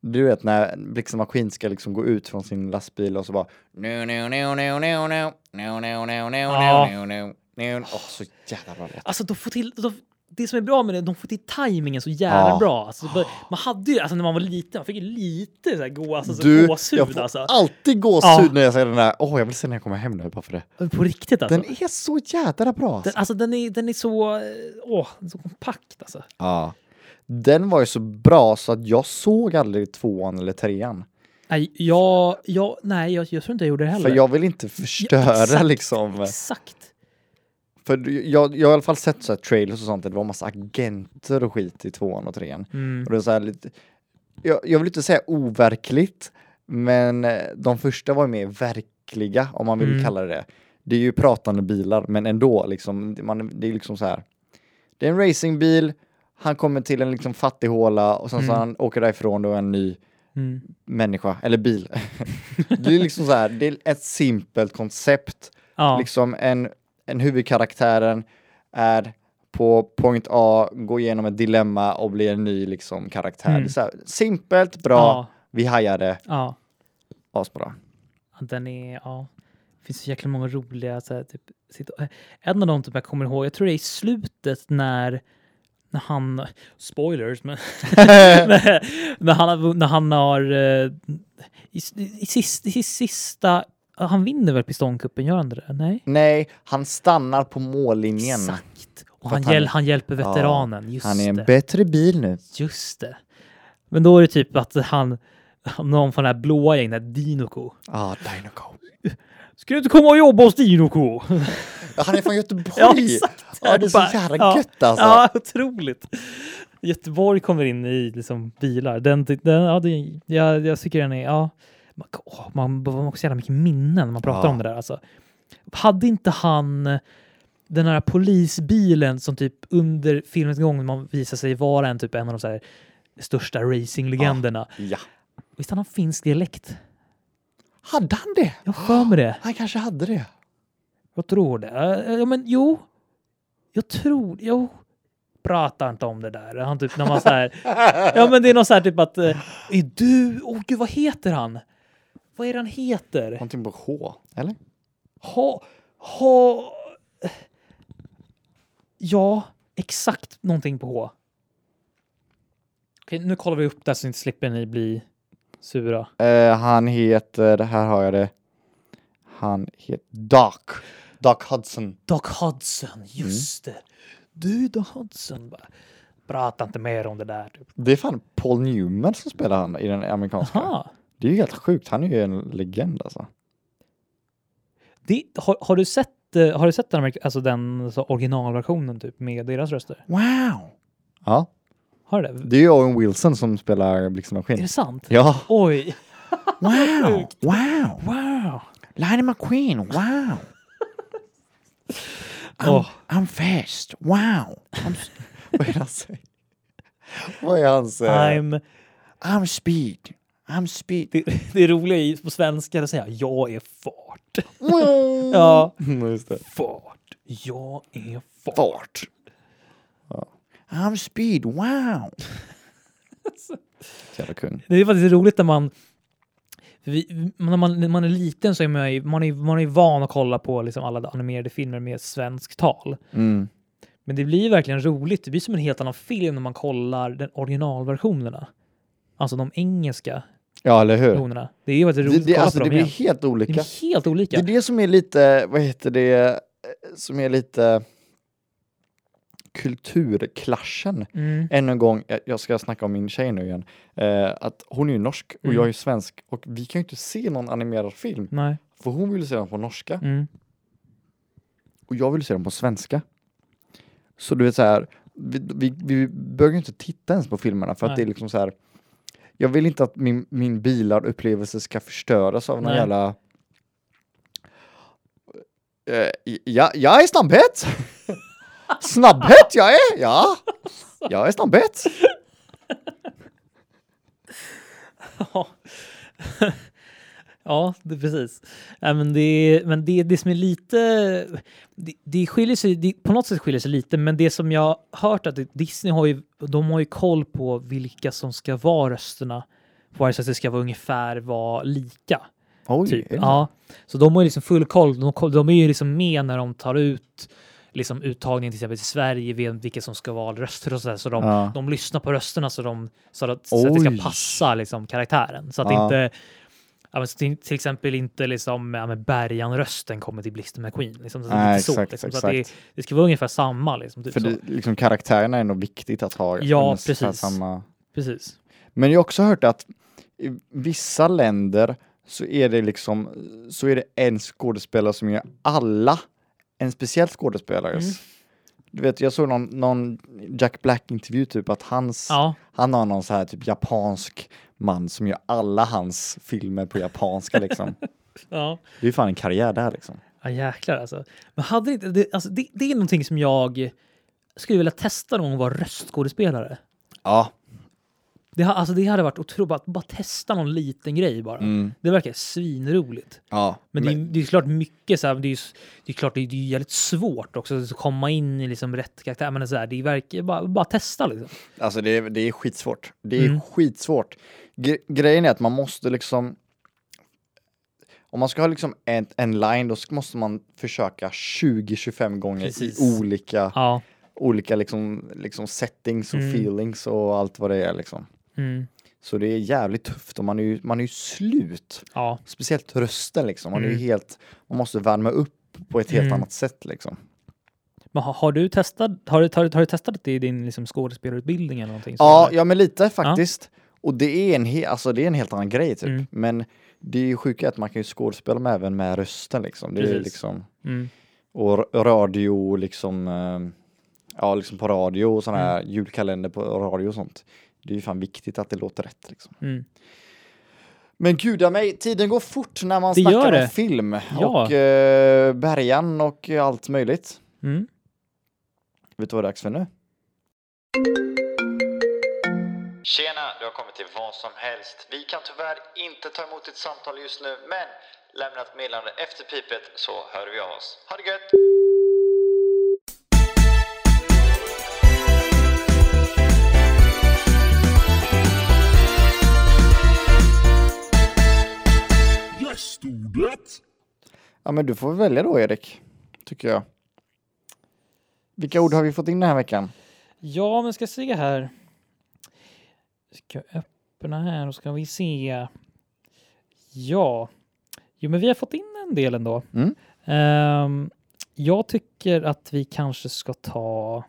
Speaker 2: Du vet när Blixten Maskin ska liksom gå ut från sin lastbil och så bara... Nu, nu, nu, nu, nu, nu, nu, nu, nu, nu,
Speaker 1: Ja.
Speaker 2: nu, nu, nu. Åh, så jädra bra låt.
Speaker 1: Ah. Alltså, de får till... De, det som är bra med det, de får till tajmingen så jävla
Speaker 2: Ja.
Speaker 1: bra. Alltså, bara- man hade ju, alltså när man var liten, man fick ju lite så här gå, alltså, så
Speaker 2: Du,
Speaker 1: gåshud
Speaker 2: jag får
Speaker 1: alltså. Ah.
Speaker 2: alltid gåshud
Speaker 1: Ja.
Speaker 2: när jag ser den där. Åh, jag vill se när jag kommer hem nu bara för det.
Speaker 1: På riktigt alltså.
Speaker 2: Den
Speaker 1: Den,
Speaker 2: är så jädra bra. alltså.
Speaker 1: alltså den är, den är så, eh, åh, den är så kompakt alltså.
Speaker 2: Ja. Den var ju så bra så att jag såg aldrig tvåan eller trean.
Speaker 1: Nej, jag, jag, nej jag, jag tror inte jag gjorde det heller.
Speaker 2: För jag vill inte förstöra
Speaker 1: exakt,
Speaker 2: liksom.
Speaker 1: Exakt.
Speaker 2: För du- jag, jag har i alla fall sett så här trailers och sånt där det var massa agenter och skit i tvåan och trean.
Speaker 1: Mm.
Speaker 2: Och det är så här lite, jag, jag vill inte säga overkligt, men eh, de första var ju mer verkliga om man vill
Speaker 1: Mm.
Speaker 2: kalla det det. Det är ju pratande bilar, men ändå liksom, man, det är liksom så här. Det är en racingbil, han kommer till en liksom fattig håla och sen så
Speaker 1: Mm.
Speaker 2: han åker därifrån då är en ny
Speaker 1: Mm.
Speaker 2: människa, eller bil. det är liksom så här, det är ett simpelt koncept
Speaker 1: Ja.
Speaker 2: liksom en, en huvudkaraktären är på point A, går igenom ett dilemma och blir en ny liksom karaktär.
Speaker 1: Mm.
Speaker 2: Det är Så här, simpelt, bra,
Speaker 1: ja.
Speaker 2: vi hajade,
Speaker 1: Ja.
Speaker 2: asbra.
Speaker 1: Ja, Den är, ja. Det finns så jäkla många roliga, så här, typ, situ- en av dem typ jag kommer ihåg, jag tror det är i slutet när, när han, spoilers, men när, när, han, har vun- när han har, eh, i, s- i, sista, i sista, ja, han vinner väl pistonkuppen, gör han inte det? Nej?
Speaker 2: Nej, han stannar på mållinjen.
Speaker 1: Exakt. Och
Speaker 2: För
Speaker 1: han,
Speaker 2: att han-
Speaker 1: hjäl, han hjälper
Speaker 2: Ja,
Speaker 1: veteranen, just
Speaker 2: Han är en
Speaker 1: det.
Speaker 2: bättre bil nu.
Speaker 1: Just det. Men då är det typ att han, någon från det här blåa gänget, Dinoco.
Speaker 2: Ah, Dinoco.
Speaker 1: Ska du inte komma och jobba hos Dinoco?
Speaker 2: Ja, Han är från Göteborg!
Speaker 1: Ja, exakt.
Speaker 2: Ja, det är så
Speaker 1: Bara-
Speaker 2: jävla
Speaker 1: ja.
Speaker 2: gött alltså.
Speaker 1: Ja, otroligt. Göteborg kommer in i liksom bilar. Den, den, ja, det, jag, jag tycker den är... Ja, man, åh, man, man har också jävla mycket minnen när man pratar
Speaker 2: Ja.
Speaker 1: om det där. Alltså. Hade inte han eh, den här polisbilen som typ under filmens gång man visar sig vara en, typ, en av de så här största racinglegenderna.
Speaker 2: ja.
Speaker 1: Visst hade han finsk dialekt?
Speaker 2: Hade han det?
Speaker 1: Jag har för mig det.
Speaker 2: Han kanske hade det.
Speaker 1: Jag tror det. Eh, Ja, men jo. Jag tror... Jo. Prata inte om det där. Han typ när man så här... Ja, men det är något så här typ att... eh, Är du... Åh gud, vad heter han? Vad är det han heter?
Speaker 2: Någonting på H, eller?
Speaker 1: Ha... Ha... Ja, exakt någonting på H. Okej, nu kollar vi upp det här så inte slipper ni bli sura.
Speaker 2: Eh, han heter, här har jag det. Han heter Doc. Doc Hudson.
Speaker 1: Doc Hudson, just det. Du Doc Hudson. Bara, Prata inte mer om det där. Typ.
Speaker 2: Det är fan Paul Newman som spelar han i den amerikanska.
Speaker 1: Aha.
Speaker 2: Det är ju helt sjukt. Han är ju en legend alltså.
Speaker 1: Det, har, har du sett, eh, har du sett den, amerik- alltså den så originalversionen typ, med deras röster?
Speaker 2: Wow! Ja,
Speaker 1: Har du det?
Speaker 2: det är ju Owen Wilson som spelar Blixten och
Speaker 1: Är
Speaker 2: Skinn.
Speaker 1: det sant?
Speaker 2: Mm. Ja.
Speaker 1: Oj!
Speaker 2: Wow! Wow!
Speaker 1: Wow!
Speaker 2: Lionel McQueen! Wow!
Speaker 1: Åh,
Speaker 2: I'm fast! Wow! Vad är det han säger? Vad är hans... eh,
Speaker 1: I'm,
Speaker 2: I'm speed! I'm speed!
Speaker 1: det, det är roliga i, på svenska att säga jag är fart.
Speaker 2: ja.
Speaker 1: Ja.
Speaker 2: Just det.
Speaker 1: Fart. Jag är fart.
Speaker 2: fart. I'm speed, wow! Jävla kung.
Speaker 1: Det är faktiskt roligt när man vi, när man, när man är liten så är man ju man är, man är van att kolla på liksom alla animerade filmer med svenskt tal.
Speaker 2: Mm.
Speaker 1: Men det blir ju verkligen roligt. Det blir som en helt annan film när man kollar den originalversionerna. Alltså de engelska
Speaker 2: Ja, eller hur?
Speaker 1: versionerna. Det är ju väldigt
Speaker 2: Det,
Speaker 1: roligt
Speaker 2: det,
Speaker 1: att kolla
Speaker 2: alltså,
Speaker 1: på
Speaker 2: det
Speaker 1: dem
Speaker 2: blir
Speaker 1: igen.
Speaker 2: helt
Speaker 1: Det
Speaker 2: olika.
Speaker 1: blir helt
Speaker 2: Det
Speaker 1: olika.
Speaker 2: är det som är lite, vad heter det, eh, som är lite kulturklaschen.
Speaker 1: Mm.
Speaker 2: Ännu en gång, jag- jag ska snacka om min tjej nu igen, eh, att hon är ju norsk och
Speaker 1: Mm.
Speaker 2: jag är svensk och vi kan ju inte se någon animerad film
Speaker 1: Nej.
Speaker 2: för hon vill se den på norska
Speaker 1: Mm.
Speaker 2: och jag vill se den på svenska. Så du vet så här, vi, vi, vi bör ju inte titta ens på filmerna för att
Speaker 1: Nej.
Speaker 2: det är liksom så här. Jag vill inte att min, min bilarupplevelse ska förstöras av någon
Speaker 1: Nej.
Speaker 2: jävla... Eh, ja, jag är snabbhet! snabbhet jag är, ja! Jag är snabbhet!
Speaker 1: Ja. ja, det, precis. Nej, men det, men det, det som är lite... Det, det skiljer sig, det, på något sätt skiljer sig lite, men det som jag har hört att Disney har ju, de har ju koll på vilka som ska vara rösterna. På varje sätt det ska vara ungefär vara lika.
Speaker 2: Oj,
Speaker 1: Typ.
Speaker 2: är det-
Speaker 1: Ja. Så de har ju liksom full koll. De, ko- de är ju liksom med när de tar ut liksom uttagningen till exempel till Sverige, vem- vilka som ska vara röster och sådär. Så de,
Speaker 2: Ja.
Speaker 1: de lyssnar på rösterna så, de, så, att, så att det
Speaker 2: Oj.
Speaker 1: ska passa liksom, karaktären. Så att
Speaker 2: Ja.
Speaker 1: inte Ja, men så till, till exempel inte liksom, ja, men Bergan-rösten kommer till Blister McQueen. Liksom, så att det
Speaker 2: Nej,
Speaker 1: är inte så,
Speaker 2: exakt,
Speaker 1: liksom, Så att
Speaker 2: exakt.
Speaker 1: det, det ska vara ungefär samma. Liksom, typ
Speaker 2: För
Speaker 1: så.
Speaker 2: det, liksom, karaktärerna är nog viktigt att ha.
Speaker 1: Ja,
Speaker 2: men så här
Speaker 1: precis.
Speaker 2: Samma...
Speaker 1: Precis.
Speaker 2: Men jag har också hört att i vissa länder så är det liksom så är det en skådespelare som gör alla en speciell skådespelares.
Speaker 1: Mm.
Speaker 2: Du vet, jag såg någon, någon Jack Black-intervju typ att hans,
Speaker 1: Ja,
Speaker 2: han har någon så här typ japansk man som gör alla hans filmer på japanska liksom.
Speaker 1: ja.
Speaker 2: Det är ju fan en karriär där liksom.
Speaker 1: ja, jäklar alltså. Men hade inte, det, alltså det, det är någonting som jag skulle vilja testa någon gång, vara röstskådespelare.
Speaker 2: Ja.
Speaker 1: Det, ha- alltså, det hade varit otroligt, att bara testa någon liten grej bara.
Speaker 2: Mm.
Speaker 1: Det verkar svinroligt.
Speaker 2: Ja.
Speaker 1: Men, det, är, det är klart mycket så här, det är, ju s- det är klart det är, det är ju jävligt svårt också att komma in i liksom rätt karaktär. Men så här, det verkar bara, bara testa liksom.
Speaker 2: Alltså det är, det är skitsvårt. Det är
Speaker 1: Mm.
Speaker 2: skitsvårt. Gre- grejen är att man måste liksom... Om man ska ha liksom en, en line, då ska- måste man försöka 20-25 gånger
Speaker 1: Precis.
Speaker 2: i olika,
Speaker 1: Ja.
Speaker 2: olika liksom, liksom settings och
Speaker 1: Mm.
Speaker 2: feelings och allt vad det är. Liksom.
Speaker 1: Mm.
Speaker 2: Så det är jävligt tufft och man är ju, man är ju slut.
Speaker 1: Ja.
Speaker 2: Speciellt rösten liksom. Man, är ju
Speaker 1: Mm.
Speaker 2: helt, man måste värma upp på ett helt
Speaker 1: Mm.
Speaker 2: annat sätt liksom.
Speaker 1: Men har, har, du testat, har, du, har, du, har du testat det i din liksom, skådespelarutbildning eller någonting?
Speaker 2: Ja,
Speaker 1: sådär?
Speaker 2: ja men lite faktiskt. Och det är, en he- alltså, det är en helt annan grej typ.
Speaker 1: Mm.
Speaker 2: Men det är ju sjuka att man kan ju skådespela med även med rösten liksom. Det är
Speaker 1: Precis.
Speaker 2: liksom
Speaker 1: Mm.
Speaker 2: och r- radio liksom, eh, ja liksom på radio och sådana här
Speaker 1: Mm.
Speaker 2: julkalender på radio och sånt. Det är ju fan viktigt att det låter rätt liksom.
Speaker 1: Mm.
Speaker 2: Men guda mig, tiden går fort när man
Speaker 1: Det gör
Speaker 2: snackar om
Speaker 1: det.
Speaker 2: film
Speaker 1: Ja.
Speaker 2: och eh, bergan och allt möjligt.
Speaker 1: Mm.
Speaker 2: Vet du vad det är dags för nu?
Speaker 3: Tjena, du har kommit till vad som helst. Vi kan tyvärr inte ta emot ditt samtal just nu, men lämna ett meddelande efter pipet så hör vi av oss. Ha det gött!
Speaker 2: Ja men du får välja då Erik, tycker jag. Vilka ord har vi fått in den här veckan?
Speaker 1: Ja, men ska se här. Ska jag öppna här och ska vi se. Ja, jo, men vi har fått in en del ändå.
Speaker 2: Mm.
Speaker 1: Ehm, jag tycker att vi kanske ska ta.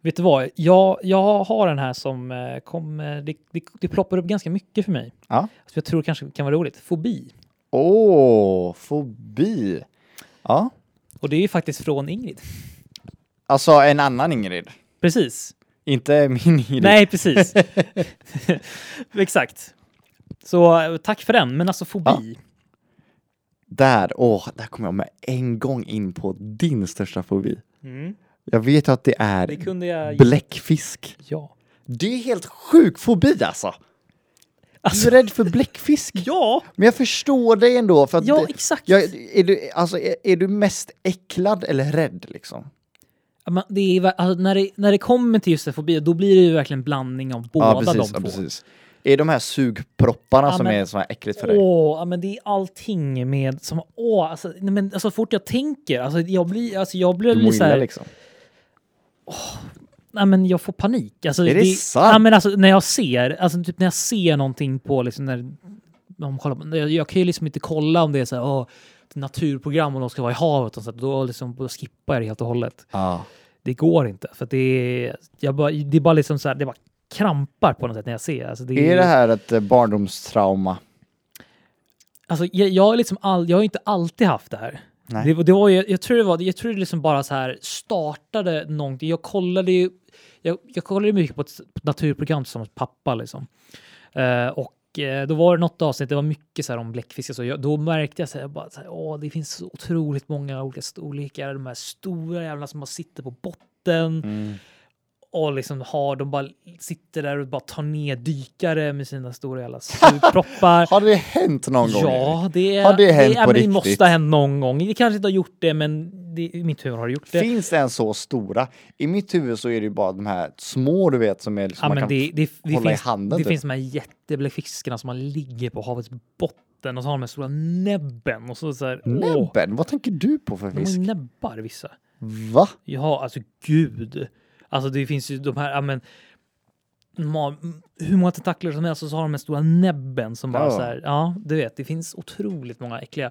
Speaker 1: Vet du vad? Jag, jag har den här som eh, kommer. Det, det, det ploppar upp ganska mycket för mig.
Speaker 2: Ja.
Speaker 1: Så jag tror det kanske kan vara roligt. Fobi.
Speaker 2: Åh, fobi. Ja,
Speaker 1: Och det är ju faktiskt från Ingrid.
Speaker 2: alltså en annan Ingrid.
Speaker 1: Precis.
Speaker 2: Inte min Ingrid.
Speaker 1: Nej, precis. Exakt. Så eh, tack för den. Men alltså fobi.
Speaker 2: Där, åh, där kom jag med en gång in på din största fobi.
Speaker 1: Mm.
Speaker 2: Jag vet ju att det är
Speaker 1: Det kunde jag...
Speaker 2: bläckfisk.
Speaker 1: Ja.
Speaker 2: Det är helt sjuk fobi alltså.
Speaker 1: Alltså-
Speaker 2: Du är rädd för bläckfisk.
Speaker 1: Ja,
Speaker 2: Men jag förstår dig ändå. För att
Speaker 1: ja
Speaker 2: det,
Speaker 1: exakt.
Speaker 2: jag, är, du, alltså, är, är du mest äcklad eller rädd liksom?
Speaker 1: Ja, men det är, ver- alltså, när, det, när det kommer till just det, fobi, då blir det ju verkligen en blandning av båda de två.
Speaker 2: Är de här sugpropparna
Speaker 1: Ja,
Speaker 2: som
Speaker 1: men-
Speaker 2: är så här äckligt för dig?
Speaker 1: Åh, ja, men det är allting med som åh, alltså, nej, men alltså fort jag tänker, alltså jag blir, alltså jag blir
Speaker 2: Du mår
Speaker 1: lite så
Speaker 2: illa
Speaker 1: här,
Speaker 2: liksom.
Speaker 1: nej men jag får panik. Alltså,
Speaker 2: Är det sant?
Speaker 1: Ja, men alltså när jag ser, alltså typ när jag ser någonting på liksom när de kollar, på- jag, jag kan ju liksom inte kolla om det är så här, åh, ett naturprogram och de ska vara i havet och så, här, då liksom då skippar jag det helt och hållet.
Speaker 2: Ja.
Speaker 1: Det går inte för att det är, jag bara, det är bara liksom så här, det bara krampar på något sätt när jag ser. Alltså, det
Speaker 2: Är det här ett eh, barndomstrauma?
Speaker 1: Alltså, jag, jag, har liksom all, jag har ju inte alltid haft det här.
Speaker 2: Nej.
Speaker 1: Det, det var, ju- jag tror det var, jag tror det liksom bara så här startade någonting. Jag kollade ju, jag, jag kollade mycket på ett, på ett naturprogram tillsammans med pappa liksom. Eh, och eh, då var det något avsnitt, det var mycket så här om bläckfiskar, så jag, då märkte jag så här, jag bara så här, åh, det finns så otroligt många olika storlekar, de här stora jävlarna som bara sitter på botten och liksom har, de bara sitter där och bara tar ner dykare med sina stora jävla sugproppar.
Speaker 2: Har det hänt någon gång? Erik?
Speaker 1: Ja, det,
Speaker 2: Har det hänt
Speaker 1: ja,
Speaker 2: på
Speaker 1: men
Speaker 2: riktigt?
Speaker 1: Det måste ha hänt någon gång. Det kanske inte har gjort det, men det, i mitt huvud har det gjort det.
Speaker 2: Finns det en så stora? I mitt huvud så är det ju bara de här små du vet som är liksom
Speaker 1: ja,
Speaker 2: man
Speaker 1: men
Speaker 2: kan
Speaker 1: det, det, det,
Speaker 2: hålla
Speaker 1: finns,
Speaker 2: i handen.
Speaker 1: det
Speaker 2: typ.
Speaker 1: finns de här jättebläckfiskarna som man ligger på havets botten och så har de här stora näbben och så, så här, åh,
Speaker 2: Näbben, vad tänker du på för
Speaker 1: de har
Speaker 2: fisk?
Speaker 1: ju näbbar vissa.
Speaker 2: Va?
Speaker 1: Ja, alltså gud. Alltså det finns ju de här, ja men ma- m- hur många tentakler som helst och så har de den stora näbben som bara
Speaker 2: Ja.
Speaker 1: så här, ja du vet, det finns otroligt många äckliga.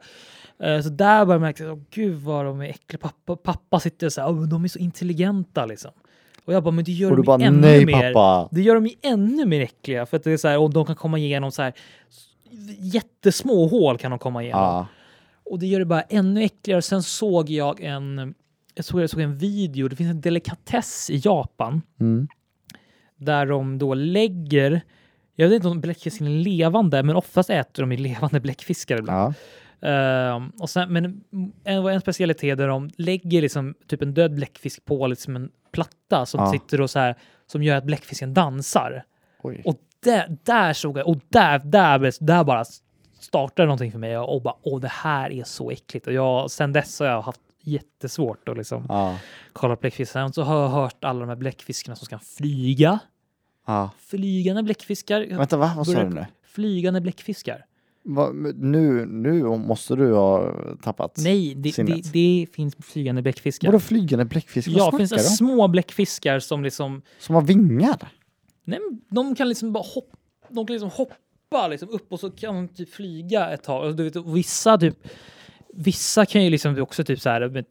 Speaker 1: Eh, så där börjar man märka, åh, gud vad de är äckliga. Pappa, pappa sitter och så här, "Åh, de är så intelligenta liksom. Och jag bara, men det gör
Speaker 2: Och
Speaker 1: de
Speaker 2: du
Speaker 1: ju
Speaker 2: bara
Speaker 1: ännu
Speaker 2: nej
Speaker 1: mer.
Speaker 2: pappa.
Speaker 1: Det gör dem ju ännu mer äckliga för att det är så här, och de kan komma igenom så här s- jättesmå hål kan de komma igenom.
Speaker 2: Ja.
Speaker 1: Och det gör det bara ännu äckligare. Sen såg jag en, jag såg, jag såg en video, det finns en delikatess i Japan
Speaker 2: Mm.
Speaker 1: där de då lägger, jag vet inte om bläckfisken är levande, men oftast äter de ju levande bläckfiskar ibland.
Speaker 2: Ja.
Speaker 1: Ehm, och sen, men en, var en specialitet där de lägger liksom typ en död bläckfisk på liksom en platta som
Speaker 2: Ja.
Speaker 1: sitter och så här, som gör att bläckfisken dansar.
Speaker 2: Oj.
Speaker 1: Och där, där såg jag, och där, där, där bara startade någonting för mig och bara åh det här är så äckligt och jag, sen dess har jag haft jättesvårt att liksom
Speaker 2: Ja.
Speaker 1: kolla på bläckfiskar. Så har jag hört alla de här bläckfiskarna som ska flyga.
Speaker 2: Ja.
Speaker 1: Flygande bläckfiskar.
Speaker 2: Vänta va? Vad sa
Speaker 1: Börjar-
Speaker 2: du nu?
Speaker 1: Flygande bläckfiskar.
Speaker 2: Va, nu? Nu måste du ha tappat.
Speaker 1: Nej, det,
Speaker 2: Sinnet.
Speaker 1: det, det finns flygande bläckfiskar.
Speaker 2: Vadå flygande bläckfisk? Vad
Speaker 1: Ja, det
Speaker 2: snackar
Speaker 1: finns
Speaker 2: du om?
Speaker 1: små bläckfiskar som liksom,
Speaker 2: Som har vingar?
Speaker 1: nej, men de kan liksom bara hoppa, de kan liksom hoppa liksom upp och så kan de typ flyga ett tag. Och du vet, och vissa typ, vissa kan ju liksom också typ så här, men,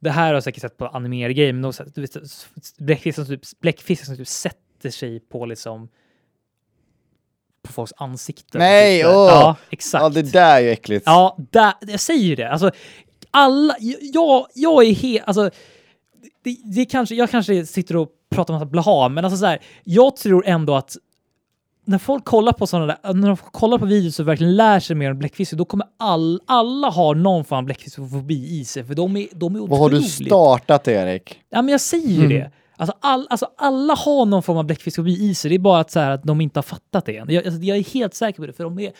Speaker 1: det här har jag säkert sett på animergrejer, men de, så här, du vet, s- s- bläckfiskar som, typ, bläckfiskar som typ sätter sig på liksom på folks ansikten.
Speaker 2: Nej,
Speaker 1: Typ så här.
Speaker 2: åh!
Speaker 1: Ja, exakt.
Speaker 2: Ja, det där är ju äckligt.
Speaker 1: Ja, där, jag säger ju det. Alltså, alla, jag, jag är helt... Alltså, det, det kanske, jag kanske sitter och pratar massa blaha, men alltså så här, jag tror ändå att när folk kollar på sådana där, när de kollar på videos och verkligen lär sig mer om bläckfiskar, då kommer all, alla ha någon form av bläckfiskfobi i sig, för de är, de är otroligt...
Speaker 2: Vad har du startat Erik?
Speaker 1: Ja, men jag säger
Speaker 2: Mm.
Speaker 1: ju det. Alltså, all, alltså alla har någon form av bläckfiskfobi i sig. Det är bara att, så här, att de inte har fattat det än. Jag, alltså, jag är helt säker på det, för de är,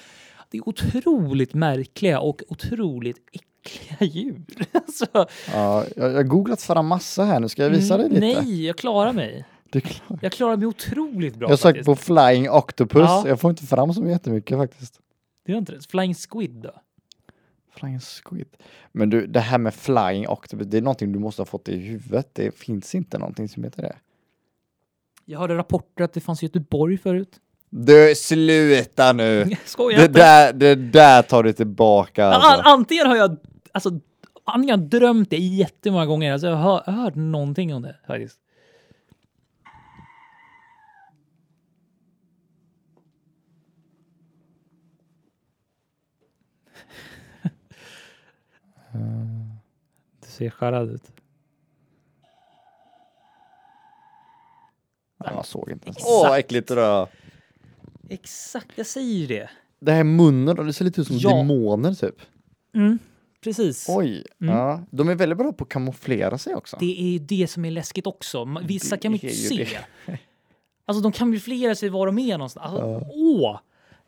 Speaker 1: det är otroligt märkliga och otroligt äckliga djur. Alltså,
Speaker 2: Ja, jag jag har googlat fram massa här nu. Ska jag visa dig lite?
Speaker 1: Mm, Nej, jag klarar mig.
Speaker 2: Det är klart.
Speaker 1: Jag klarar mig otroligt bra
Speaker 2: Jag sökte
Speaker 1: faktiskt.
Speaker 2: på flying octopus.
Speaker 1: Ja.
Speaker 2: Jag får inte fram så jättemycket faktiskt.
Speaker 1: Det är inte det. Flying squid då?
Speaker 2: Flying squid. Men du, det här med flying octopus, det är någonting du måste ha fått i huvudet. Det finns inte någonting som heter det.
Speaker 1: Jag hörde rapporter att det fanns i Göteborg förut.
Speaker 2: Du, sluta nu!
Speaker 1: Jag skojar
Speaker 2: Det
Speaker 1: inte.
Speaker 2: där, det där tar du tillbaka
Speaker 1: An-
Speaker 2: alltså.
Speaker 1: antingen har jag alltså, antingen har jag drömt det jättemånga gånger. Alltså, jag har jag har hört någonting om det faktiskt. Eh, Du ser skärrad ut.
Speaker 2: Nej, Jag såg inte ens. Åh, vad äckligt det där.
Speaker 1: Exakt, jag säger det.
Speaker 2: Det här munnen, det ser lite ut som
Speaker 1: Ja.
Speaker 2: demoner typ.
Speaker 1: Mm, precis.
Speaker 2: Oj,
Speaker 1: Mm.
Speaker 2: ja. De är väldigt bra på att kamouflera sig också.
Speaker 1: Det är ju det som är läskigt också. Ma- Vissa
Speaker 2: Mm, Det
Speaker 1: kan man ju
Speaker 2: är
Speaker 1: inte
Speaker 2: ju
Speaker 1: se. Alltså de kamouflerar sig var de är någonstans. Alltså, Åh!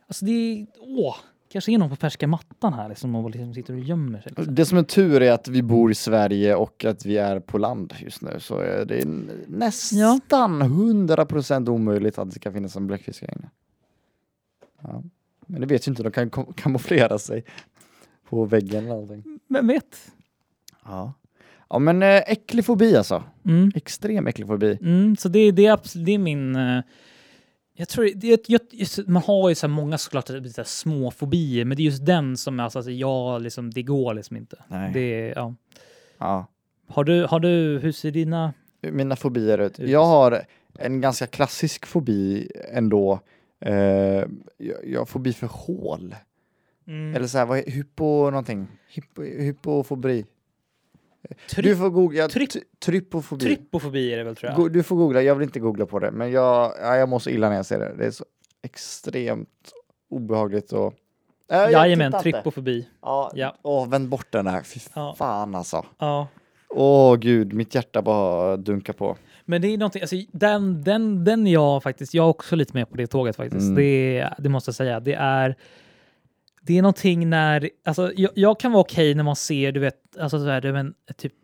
Speaker 1: Alltså det är... Åh! Kanske är någon på perska mattan här liksom och liksom sitter och gömmer sig. Liksom.
Speaker 2: Det som är tur är att vi bor i Sverige och att vi är på land just nu så är det n- nästan 100% omöjligt att det ska finnas en bläckfiskare ja. Men det vet ju inte, de kan kam- kamouflera sig på väggen eller någonting.
Speaker 1: Vem vet?
Speaker 2: Ja, ja men eh, äcklig fobi alltså.
Speaker 1: Mm.
Speaker 2: Extrem äcklig fobi.
Speaker 1: Mm, så det, det, är absolut, det är min... eh, Jag tror, det, jag, jag, just- man har ju så här många såklart så här små fobier, men det är just den som är alltså, alltså, jag liksom, det går liksom inte.
Speaker 2: Nej.
Speaker 1: Det, är- ja.
Speaker 2: Ja.
Speaker 1: har, du, har du, hur ser dina...
Speaker 2: mina fobier ut. Jag har en ganska klassisk fobi ändå. Eh, jag, jag har fobi för hål.
Speaker 1: mm,
Speaker 2: Eller så här, vad är hypo någonting? Hypo, hypofobri.
Speaker 1: Try,
Speaker 2: du får googla.
Speaker 1: trypp-
Speaker 2: Tryp, trypofobi.
Speaker 1: trypofobi är det väl tror jag.
Speaker 2: Go, du får googla, jag vill inte googla på det. Men jag, ja, jag mår så illa när jag ser det. Det är så extremt obehagligt och... Äh, jag
Speaker 1: Jajamän,
Speaker 2: tittar inte.
Speaker 1: trypofobi.
Speaker 2: Ja,
Speaker 1: Ja.
Speaker 2: Åh, vänd bort den här. Fy
Speaker 1: Ja.
Speaker 2: fan alltså.
Speaker 1: Ja.
Speaker 2: Åh gud, mitt hjärta bara dunkar på.
Speaker 1: Men det är någonting, alltså, den, den, den är jag faktiskt, jag är också lite med på det tåget faktiskt.
Speaker 2: Mm.
Speaker 1: Det, det måste jag säga. Det är, det är någonting när, alltså jag, jag kan vara okej när man ser, du vet, alltså så här, du, men, typ,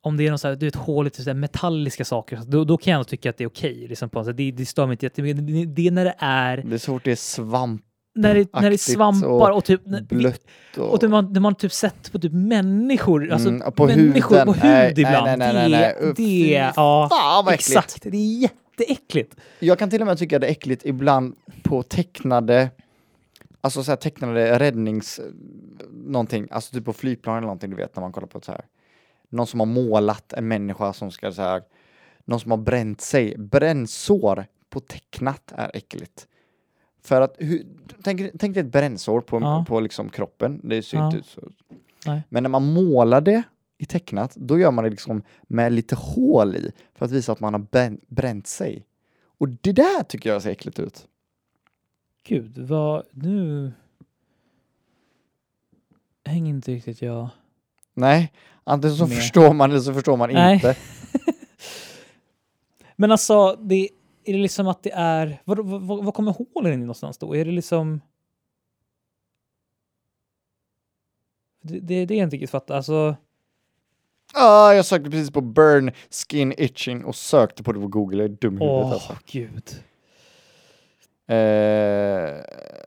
Speaker 1: om det är något så här, du vet, hål i typ så här metalliska saker, då, då kan jag ändå tycka att det är okej. Liksom, på, alltså, det, det stör mig inte jättemycket. Det, det är när det är
Speaker 2: Det är så fort det är svamp
Speaker 1: när det, när det är
Speaker 2: Mm. Aktigt
Speaker 1: svampar och,
Speaker 2: och
Speaker 1: typ...
Speaker 2: Blött och...
Speaker 1: Och det man, det man typ sett på typ människor, alltså
Speaker 2: Mm, på
Speaker 1: människor
Speaker 2: huden.
Speaker 1: på hud
Speaker 2: Nej, nej,
Speaker 1: ibland.
Speaker 2: nej, nej, nej.
Speaker 1: Det,
Speaker 2: Upp,
Speaker 1: det,
Speaker 2: fy
Speaker 1: ja,
Speaker 2: Fan vad äckligt!
Speaker 1: exakt. Det är jätteäckligt.
Speaker 2: Jag kan till och med tycka det är äckligt ibland på tecknade, alltså så här tecknade räddnings, någonting, alltså typ på flygplan eller någonting, du vet när man kollar på så här. Någon som har målat en människa som ska så här, någon som har bränt sig. Brännsår på tecknat är äckligt. För att, hur, tänk, tänk dig ett brännsår på,
Speaker 1: Ja.
Speaker 2: på liksom kroppen, det ser
Speaker 1: Ja.
Speaker 2: inte ut typ så.
Speaker 1: Nej.
Speaker 2: Men när man målar det i tecknat, då gör man det liksom med lite hål i för att visa att man har brän- bränt sig. Och det där tycker jag ser äckligt ut.
Speaker 1: Gud, vad... Nu... Hänger inte riktigt jag...
Speaker 2: Nej, antingen så
Speaker 1: Nej.
Speaker 2: förstår man eller så förstår man
Speaker 1: Nej.
Speaker 2: inte.
Speaker 1: Men alltså, det, är det liksom att det är... Var, var, var kommer hålen in någonstans då? Är det liksom... Det, det, det är jag inte riktigt fattar. Alltså,
Speaker 2: Ah, jag sökte precis på burn skin itching och sökte på det på Google. Jag är dum i huvudet
Speaker 1: åh
Speaker 2: alltså.
Speaker 1: gud.
Speaker 2: Eh,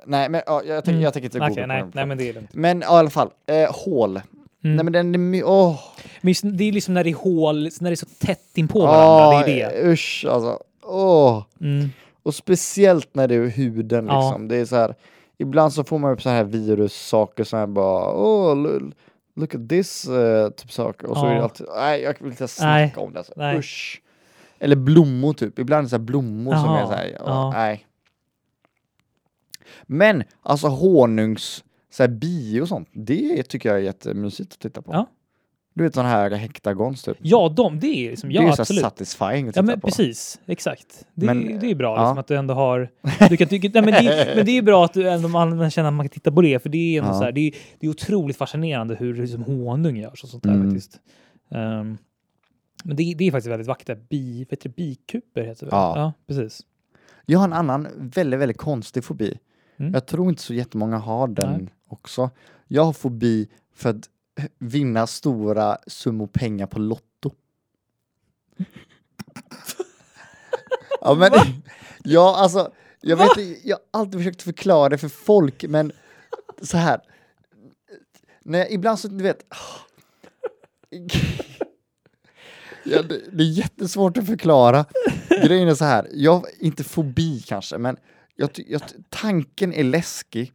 Speaker 2: nej, men ja, jag, tänker-
Speaker 1: Mm.
Speaker 2: jag tänker inte
Speaker 1: Okej,
Speaker 2: googla på
Speaker 1: nej,
Speaker 2: den.
Speaker 1: nej, men Mm. det är lugnt.
Speaker 2: Men ja, i alla fall, eh, hål. Nej men den är my- åh.
Speaker 1: Men just, det är liksom när det är hål, när det är så tätt inpå varandra. det är det.
Speaker 2: Ah, Usch alltså. Åh.
Speaker 1: Mm.
Speaker 2: Och speciellt när det är huden
Speaker 1: Ja.
Speaker 2: liksom. Det är så här, ibland så får man upp så här virussaker som är bara åh, l- look at this eh, typ saker. Och så
Speaker 1: Ja.
Speaker 2: är det alltid, nej jag vill inte snacka
Speaker 1: Nej.
Speaker 2: om det. Alltså.
Speaker 1: Nej.
Speaker 2: Usch. Eller blommor typ. Ibland är det så här blommor som
Speaker 1: Jaha.
Speaker 2: är så här, ja,
Speaker 1: Ja.
Speaker 2: nej. Men alltså honungs, så här bio och sånt, det tycker jag är jättemysigt att titta på.
Speaker 1: Ja.
Speaker 2: Du vet sådana här hektargons typ.
Speaker 1: Ja, de, det är liksom,
Speaker 2: det
Speaker 1: ja
Speaker 2: är ju så här
Speaker 1: absolut.
Speaker 2: satisfying att
Speaker 1: Ja
Speaker 2: titta
Speaker 1: men
Speaker 2: på.
Speaker 1: precis, exakt. Det,
Speaker 2: Men,
Speaker 1: det är bra
Speaker 2: ja.
Speaker 1: liksom, att du ändå har... Du kan tycka, nej, men, det, men det är bra att du ändå man, man känner att man kan titta på det för det är, ändå
Speaker 2: Ja.
Speaker 1: så här, det är, det är otroligt fascinerande hur liksom, honung görs och sånt där
Speaker 2: Mm.
Speaker 1: faktiskt. Ehm, men det, det är faktiskt väldigt vackert. Bi, vad heter det? Bikuper heter det väl?
Speaker 2: Ja.
Speaker 1: ja, precis.
Speaker 2: Jag har en annan väldigt, väldigt konstig fobi.
Speaker 1: Mm.
Speaker 2: Jag tror inte så jättemånga har den
Speaker 1: Nej.
Speaker 2: också. Jag har fobi för att vinna stora summor pengar på Lotto. ja, men, ja, alltså, jag, vet, inte, jag har alltid försökt förklara det för folk, men så här. Nej, ibland så, du vet. Ja, det, det är jättesvårt att förklara. Grejen är så här, jag, inte fobi kanske, men jag, ty- jag, ty- tanken är läskig.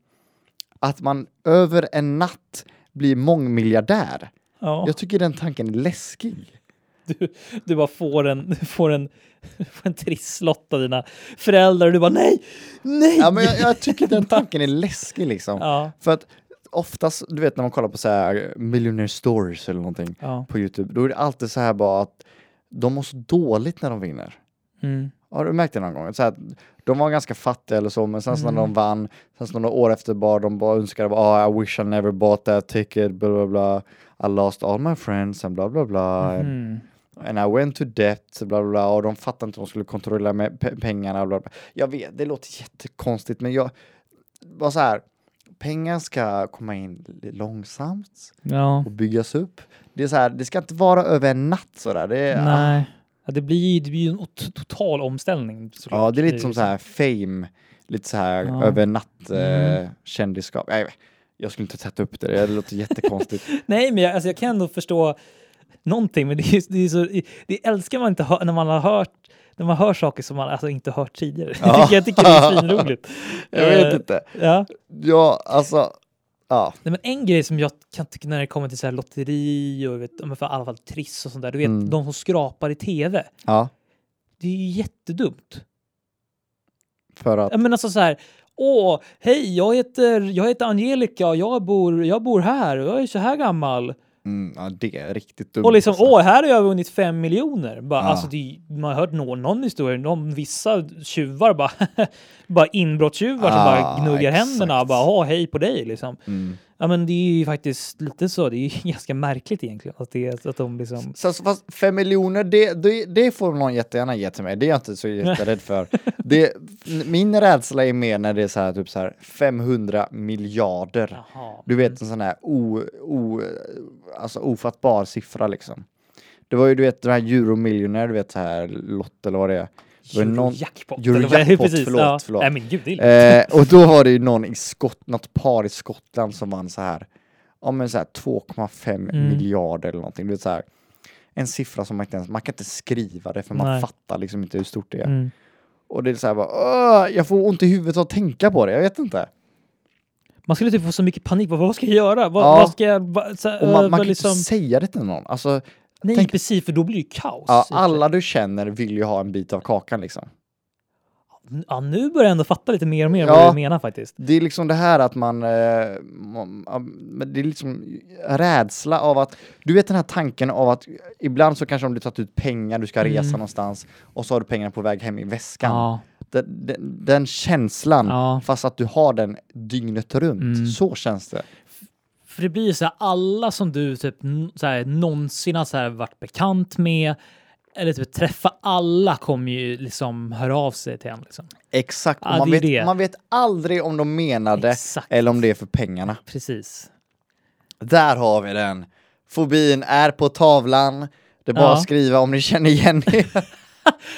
Speaker 2: Att man över en natt blir mångmiljardär.
Speaker 1: Ja.
Speaker 2: Jag tycker den tanken är läskig.
Speaker 1: du, du bara får en, du får en, får en trisslott av dina föräldrar och du bara nej, nej!
Speaker 2: Ja, men jag, jag tycker den tanken är läskig liksom.
Speaker 1: ja,
Speaker 2: För att oftast, du vet när man kollar på så här millionaire stories eller någonting
Speaker 1: ja.
Speaker 2: på Youtube, då är det alltid så här bara att de mår så dåligt när de vinner.
Speaker 1: Mm.
Speaker 2: Har du märkt det någon gång? Så här, de var ganska fattiga eller så, men sen så när
Speaker 1: Mm.
Speaker 2: de vann, sen så några år efter bara de bara önskade, bara, oh, I wish I never bought that ticket, bla bla bla. I lost all my friends and bla bla bla.
Speaker 1: Mm.
Speaker 2: And I went to debt, bla bla bla. Och de fattade inte hur de skulle kontrollera med pe- pengarna. Bla bla. Jag vet, det låter jättekonstigt, men jag, bara så här, pengar ska komma in långsamt
Speaker 1: Ja,
Speaker 2: och byggas upp. Det är så här, det ska inte vara över en natt sådär. Det är,
Speaker 1: nej. Ja, det blir ju det blir ju en ot- total omställning. såklart.
Speaker 2: Ja, det är lite som
Speaker 1: ju
Speaker 2: så här fame, lite så här
Speaker 1: Ja.
Speaker 2: över natt
Speaker 1: Mm.
Speaker 2: eh, kändiskap. Nej, jag skulle inte ta upp det, det låter jättekonstigt.
Speaker 1: Nej, men jag, alltså, jag kan ändå förstå någonting, men det, är, ju- det, är så, det älskar man inte hö- när man har hört när man hör saker som man alltså inte hört tidigare.
Speaker 2: Ja.
Speaker 1: Jag, tycker, jag tycker det är svinroligt.
Speaker 2: jag vet
Speaker 1: Eh,
Speaker 2: inte.
Speaker 1: Ja.
Speaker 2: Ja, alltså, ja.
Speaker 1: Nej, men en grej som jag kan tycka när det kommer till så här lotteri och vet, ja, men för i alla fall triss och sånt där. Du vet,
Speaker 2: Mm.
Speaker 1: de som skrapar i tv.
Speaker 2: ja
Speaker 1: Det är ju jättedumt.
Speaker 2: för att,
Speaker 1: Ja, men alltså så här, åh, hej, jag heter, jag heter Angelica och jag bor, jag bor här och jag är så här gammal.
Speaker 2: mm, ja, det är riktigt dumt.
Speaker 1: Och liksom,
Speaker 2: alltså.
Speaker 1: åh, här har jag vunnit fem miljoner. Bara,
Speaker 2: Ja.
Speaker 1: alltså, det, är- man har hört någon, någon historia, någon, vissa tjuvar bara, bara inbrottstjuvar som
Speaker 2: Ah,
Speaker 1: bara gnuggar
Speaker 2: exakt.
Speaker 1: händerna och bara, ha hej på dig liksom.
Speaker 2: Mm.
Speaker 1: Ja, men det är ju faktiskt lite så, det är ju ganska märkligt egentligen att, det, att de liksom...
Speaker 2: Så, så- fast fem miljoner, det, det, det får någon jättegärna ge till mig. Det är jag inte så jätterädd för. Det, min rädsla är mer när det är så här, typ så här 500 miljarder.
Speaker 1: Jaha.
Speaker 2: Du vet en sån här o, o, alltså ofattbar siffra liksom. Det var ju du vet den här Euro Millionaire, du vet så här lott eller vad det är. Det var någon-
Speaker 1: Eurojackpot.
Speaker 2: Euro
Speaker 1: eller vad-
Speaker 2: jackpot,
Speaker 1: precis,
Speaker 2: förlåt,
Speaker 1: ja.
Speaker 2: förlåt.
Speaker 1: Nej men gud, det är
Speaker 2: Eh, och då var det ju någon i Skott, något par i Skottland som vann så här, ja men så här 2,5
Speaker 1: Mm.
Speaker 2: miljarder eller någonting. Det är så här, en siffra som man inte ens, man kan inte skriva det för man
Speaker 1: Nej.
Speaker 2: fattar liksom inte hur stort det är.
Speaker 1: mm.
Speaker 2: Och det är så här bara, "Åh, jag får ont i huvudet av att tänka på det, jag vet inte.
Speaker 1: Man skulle typ få så mycket panik. Vad, vad ska jag göra? Vad,
Speaker 2: Ja.
Speaker 1: vad ska jag... Vad, så,
Speaker 2: Och man,
Speaker 1: eh,
Speaker 2: man
Speaker 1: vad
Speaker 2: kan
Speaker 1: liksom,
Speaker 2: inte säga det till någon. Alltså,
Speaker 1: nej,
Speaker 2: tänk-
Speaker 1: precis, för då blir det ju kaos.
Speaker 2: ja, alla du känner vill ju ha en bit av kakan liksom.
Speaker 1: Ja, nu börjar jag ändå fatta lite mer och mer
Speaker 2: Ja.
Speaker 1: vad du menar faktiskt.
Speaker 2: Det är liksom det här att man, eh, man- ja, men det är liksom rädsla av att, du vet den här tanken av att ibland så kanske om du tagit ut pengar, du ska resa
Speaker 1: Mm.
Speaker 2: någonstans och så har du pengarna på väg hem i väskan.
Speaker 1: Ja,
Speaker 2: Den, den, den känslan,
Speaker 1: ja.
Speaker 2: fast att du har den dygnet runt.
Speaker 1: Mm.
Speaker 2: Så känns det.
Speaker 1: För det blir så här, alla som du typ n- så här, någonsin har så här, varit bekant med eller typ träffa alla kommer ju liksom höra av sig till en. Liksom.
Speaker 2: Exakt, och
Speaker 1: Ja,
Speaker 2: man,
Speaker 1: det är
Speaker 2: vet,
Speaker 1: det.
Speaker 2: man vet aldrig om de menade
Speaker 1: Exakt.
Speaker 2: eller om det är för pengarna.
Speaker 1: Precis.
Speaker 2: Där har vi den. Fobin är på tavlan. Det är bara
Speaker 1: Ja.
Speaker 2: att skriva om ni känner igen er.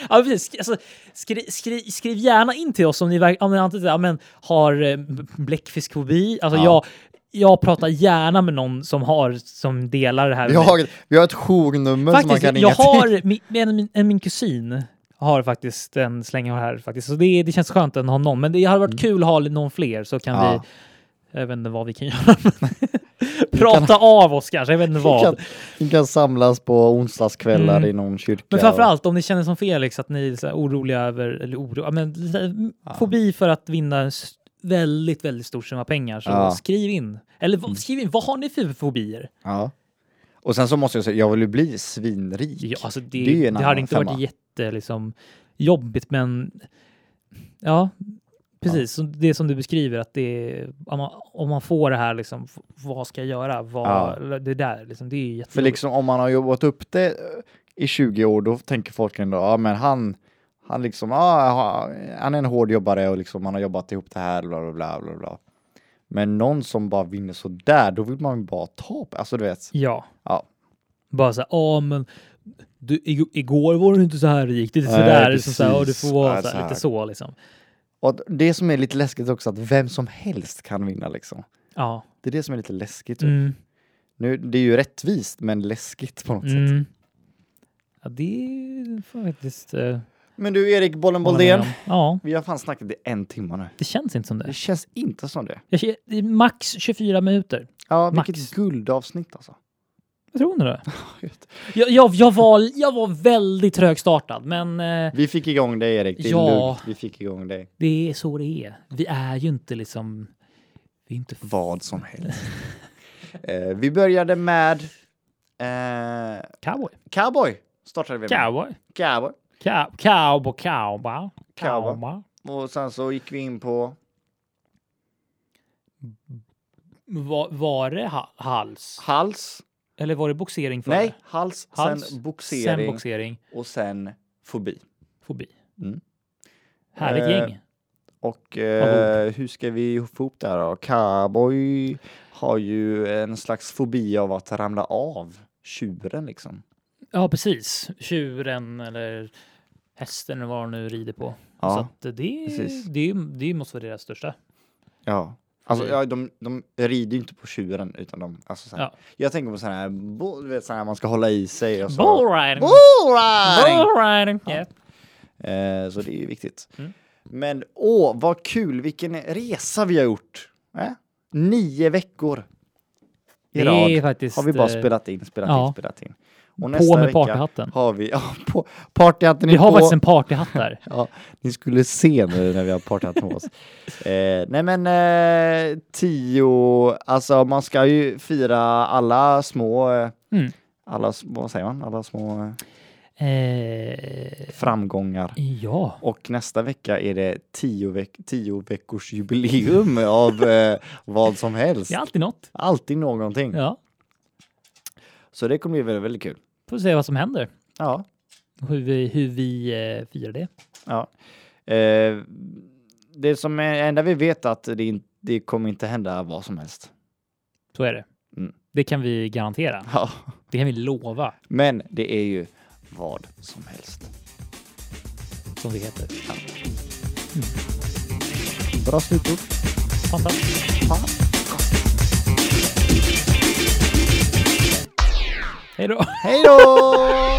Speaker 1: Ja, precis. Sk- Alltså, skri, skri, skriv gärna in till oss om ni verk- ja, men, antingen, ja, men, har eh, b- bläckfiskfobi. Alltså,
Speaker 2: Ja.
Speaker 1: jag, jag pratar gärna med någon som, har, som delar det här.
Speaker 2: Vi
Speaker 1: med mig.
Speaker 2: har, vi har ett journummer som man
Speaker 1: faktiskt,
Speaker 2: kan ringa
Speaker 1: jag
Speaker 2: till.
Speaker 1: har min, en, min, en, min kusin har faktiskt en släng av det här faktiskt. Så det, det känns skönt att ha någon. Men det hade varit kul att ha någon fler så kan
Speaker 2: Mm. Ja.
Speaker 1: vi, jag vet inte vad vi kan göra. men Prata av oss kanske, jag vet inte
Speaker 2: Vi
Speaker 1: vad.
Speaker 2: kan, vi kan samlas på onsdagskvällar
Speaker 1: Mm.
Speaker 2: i någon kyrka.
Speaker 1: Men
Speaker 2: och-
Speaker 1: framförallt om ni känner som Felix att ni är så här oroliga över, eller oro, ja, men, lite så här, fobi för att vinna en s- väldigt, väldigt stor summa pengar. Så
Speaker 2: Ja. Mm.
Speaker 1: skriv in. Eller v- skriv in, vad har ni för fobier?
Speaker 2: Ja. Och sen så måste jag säga, jag vill ju bli svinrik.
Speaker 1: Ja, alltså det,
Speaker 2: Det är ju
Speaker 1: det,
Speaker 2: en
Speaker 1: hade
Speaker 2: annan
Speaker 1: inte
Speaker 2: femma.
Speaker 1: varit jätte, liksom, jobbigt, men ja, precis. Så Det som du beskriver, att det är, om, man, om man får det här, liksom, f- vad ska jag göra? Vad, Det där, liksom, det är ju
Speaker 2: För
Speaker 1: jättejobbigt.
Speaker 2: liksom om man har jobbat upp det eh, i 20 år, då tänker folk ändå, ja men han, han liksom, ja, ha- han är en hård jobbare och liksom han har jobbat ihop det här, bla bla bla bla bla. Men någon som bara vinner sådär, då vill man ju bara ta på, alltså du vet.
Speaker 1: Ja.
Speaker 2: Ja.
Speaker 1: Bara så här, ja men du, ig- igår var du inte så här rik, det är lite
Speaker 2: Nej,
Speaker 1: sådär, liksom, så här, och du
Speaker 2: precis.
Speaker 1: får vara
Speaker 2: Ja,
Speaker 1: så
Speaker 2: så
Speaker 1: här, lite
Speaker 2: här.
Speaker 1: så liksom.
Speaker 2: Och att det som är lite läskigt också, att vem som helst kan vinna liksom.
Speaker 1: Ja.
Speaker 2: Det är det som är lite läskigt. typ.
Speaker 1: Mm,
Speaker 2: Nu, det är ju rättvist, men läskigt på något sätt.
Speaker 1: mm. ja, det är faktiskt... eh,
Speaker 2: Men du Erik Bollen
Speaker 1: håller jag med
Speaker 2: Boldén,
Speaker 1: om. Ja,
Speaker 2: vi har fan snackat i en timme nu.
Speaker 1: det känns inte som det.
Speaker 2: Det känns inte som det.
Speaker 1: Jag, ser- det är max 24 minuter.
Speaker 2: Ja,
Speaker 1: Max.
Speaker 2: vilket guldavsnitt alltså.
Speaker 1: Vad tror ni då? Jag, jag, jag, var, jag var väldigt trögstartad, men eh,
Speaker 2: Vi fick igång dig Erik, det är
Speaker 1: Ja.
Speaker 2: lugnt. Vi fick igång dig.
Speaker 1: det är så det är. Vi är ju inte liksom... Vi är inte...
Speaker 2: Vad som helst. eh, vi började med eh,
Speaker 1: Cowboy.
Speaker 2: Cowboy. Startade vi med.
Speaker 1: Cowboy.
Speaker 2: Cowboy.
Speaker 1: Cow- Cowboy. Cowboy.
Speaker 2: Cowboy.
Speaker 1: Cowboy.
Speaker 2: Och sen så gick vi in på
Speaker 1: Var, var det ha- hals?
Speaker 2: hals.
Speaker 1: Eller var det boxering för?
Speaker 2: Nej, hals,
Speaker 1: Hals,
Speaker 2: sen boxering
Speaker 1: Sen boxering.
Speaker 2: och sen fobi.
Speaker 1: Fobi.
Speaker 2: Mm.
Speaker 1: Härligt
Speaker 2: Eh,
Speaker 1: gäng.
Speaker 2: Och eh, hur ska vi få ihop det här då? Cowboy har ju en slags fobi av att ramla av tjuren liksom.
Speaker 1: Ja, precis. Tjuren eller hästen eller vad de nu rider på.
Speaker 2: Ja.
Speaker 1: Så att det,
Speaker 2: precis.
Speaker 1: det, det måste vara deras största.
Speaker 2: Ja. Alltså,
Speaker 1: Mm.
Speaker 2: ja, de, de rider ju inte på tjuren utan de, alltså så här.
Speaker 1: Ja.
Speaker 2: Jag tänker på sådana här, bo- du vet, såna här man ska hålla i sig och så.
Speaker 1: Bullriding!
Speaker 2: Bullring!
Speaker 1: Bullriding! Ja.
Speaker 2: Eh, så det är ju viktigt.
Speaker 1: Mm.
Speaker 2: Men åh, vad kul, vilken resa vi har gjort! Eh? Nio veckor i
Speaker 1: Det
Speaker 2: rad
Speaker 1: är faktiskt...
Speaker 2: har vi bara
Speaker 1: eh,
Speaker 2: spelat in, spelat
Speaker 1: ja.
Speaker 2: in, spelat in. Och
Speaker 1: På
Speaker 2: nästa
Speaker 1: med
Speaker 2: vecka
Speaker 1: partyhatten.
Speaker 2: har vi, ja, på, partyhatten
Speaker 1: Vi
Speaker 2: är
Speaker 1: har
Speaker 2: på.
Speaker 1: faktiskt en partyhatt där.
Speaker 2: Ja, ni skulle se nu när vi har partat med oss. Eh, nej men eh, tio, alltså man ska ju fira alla små, eh,
Speaker 1: Mm.
Speaker 2: alla, s- vad säger man, alla små eh,
Speaker 1: Eh,
Speaker 2: framgångar.
Speaker 1: ja.
Speaker 2: Och nästa vecka är det tio, veck- tio veckors jubileum av eh, vad som helst.
Speaker 1: Det är alltid något.
Speaker 2: Alltid någonting.
Speaker 1: Ja.
Speaker 2: Så det kommer bli väldigt, väldigt kul.
Speaker 1: Får se vad som händer.
Speaker 2: Ja.
Speaker 1: Hur vi, hur vi eh, firar det.
Speaker 2: Ja. Eh, det som är, enda vi vet är att det, in, det kommer inte hända vad som helst.
Speaker 1: Så är det.
Speaker 2: Mm.
Speaker 1: Det kan vi garantera.
Speaker 2: Ja.
Speaker 1: Det kan vi lova.
Speaker 2: Men det är ju vad som helst.
Speaker 1: som det heter.
Speaker 2: Bra slutord.
Speaker 1: Fantastiskt.
Speaker 2: Fan.
Speaker 1: Hej då!
Speaker 2: Hej då!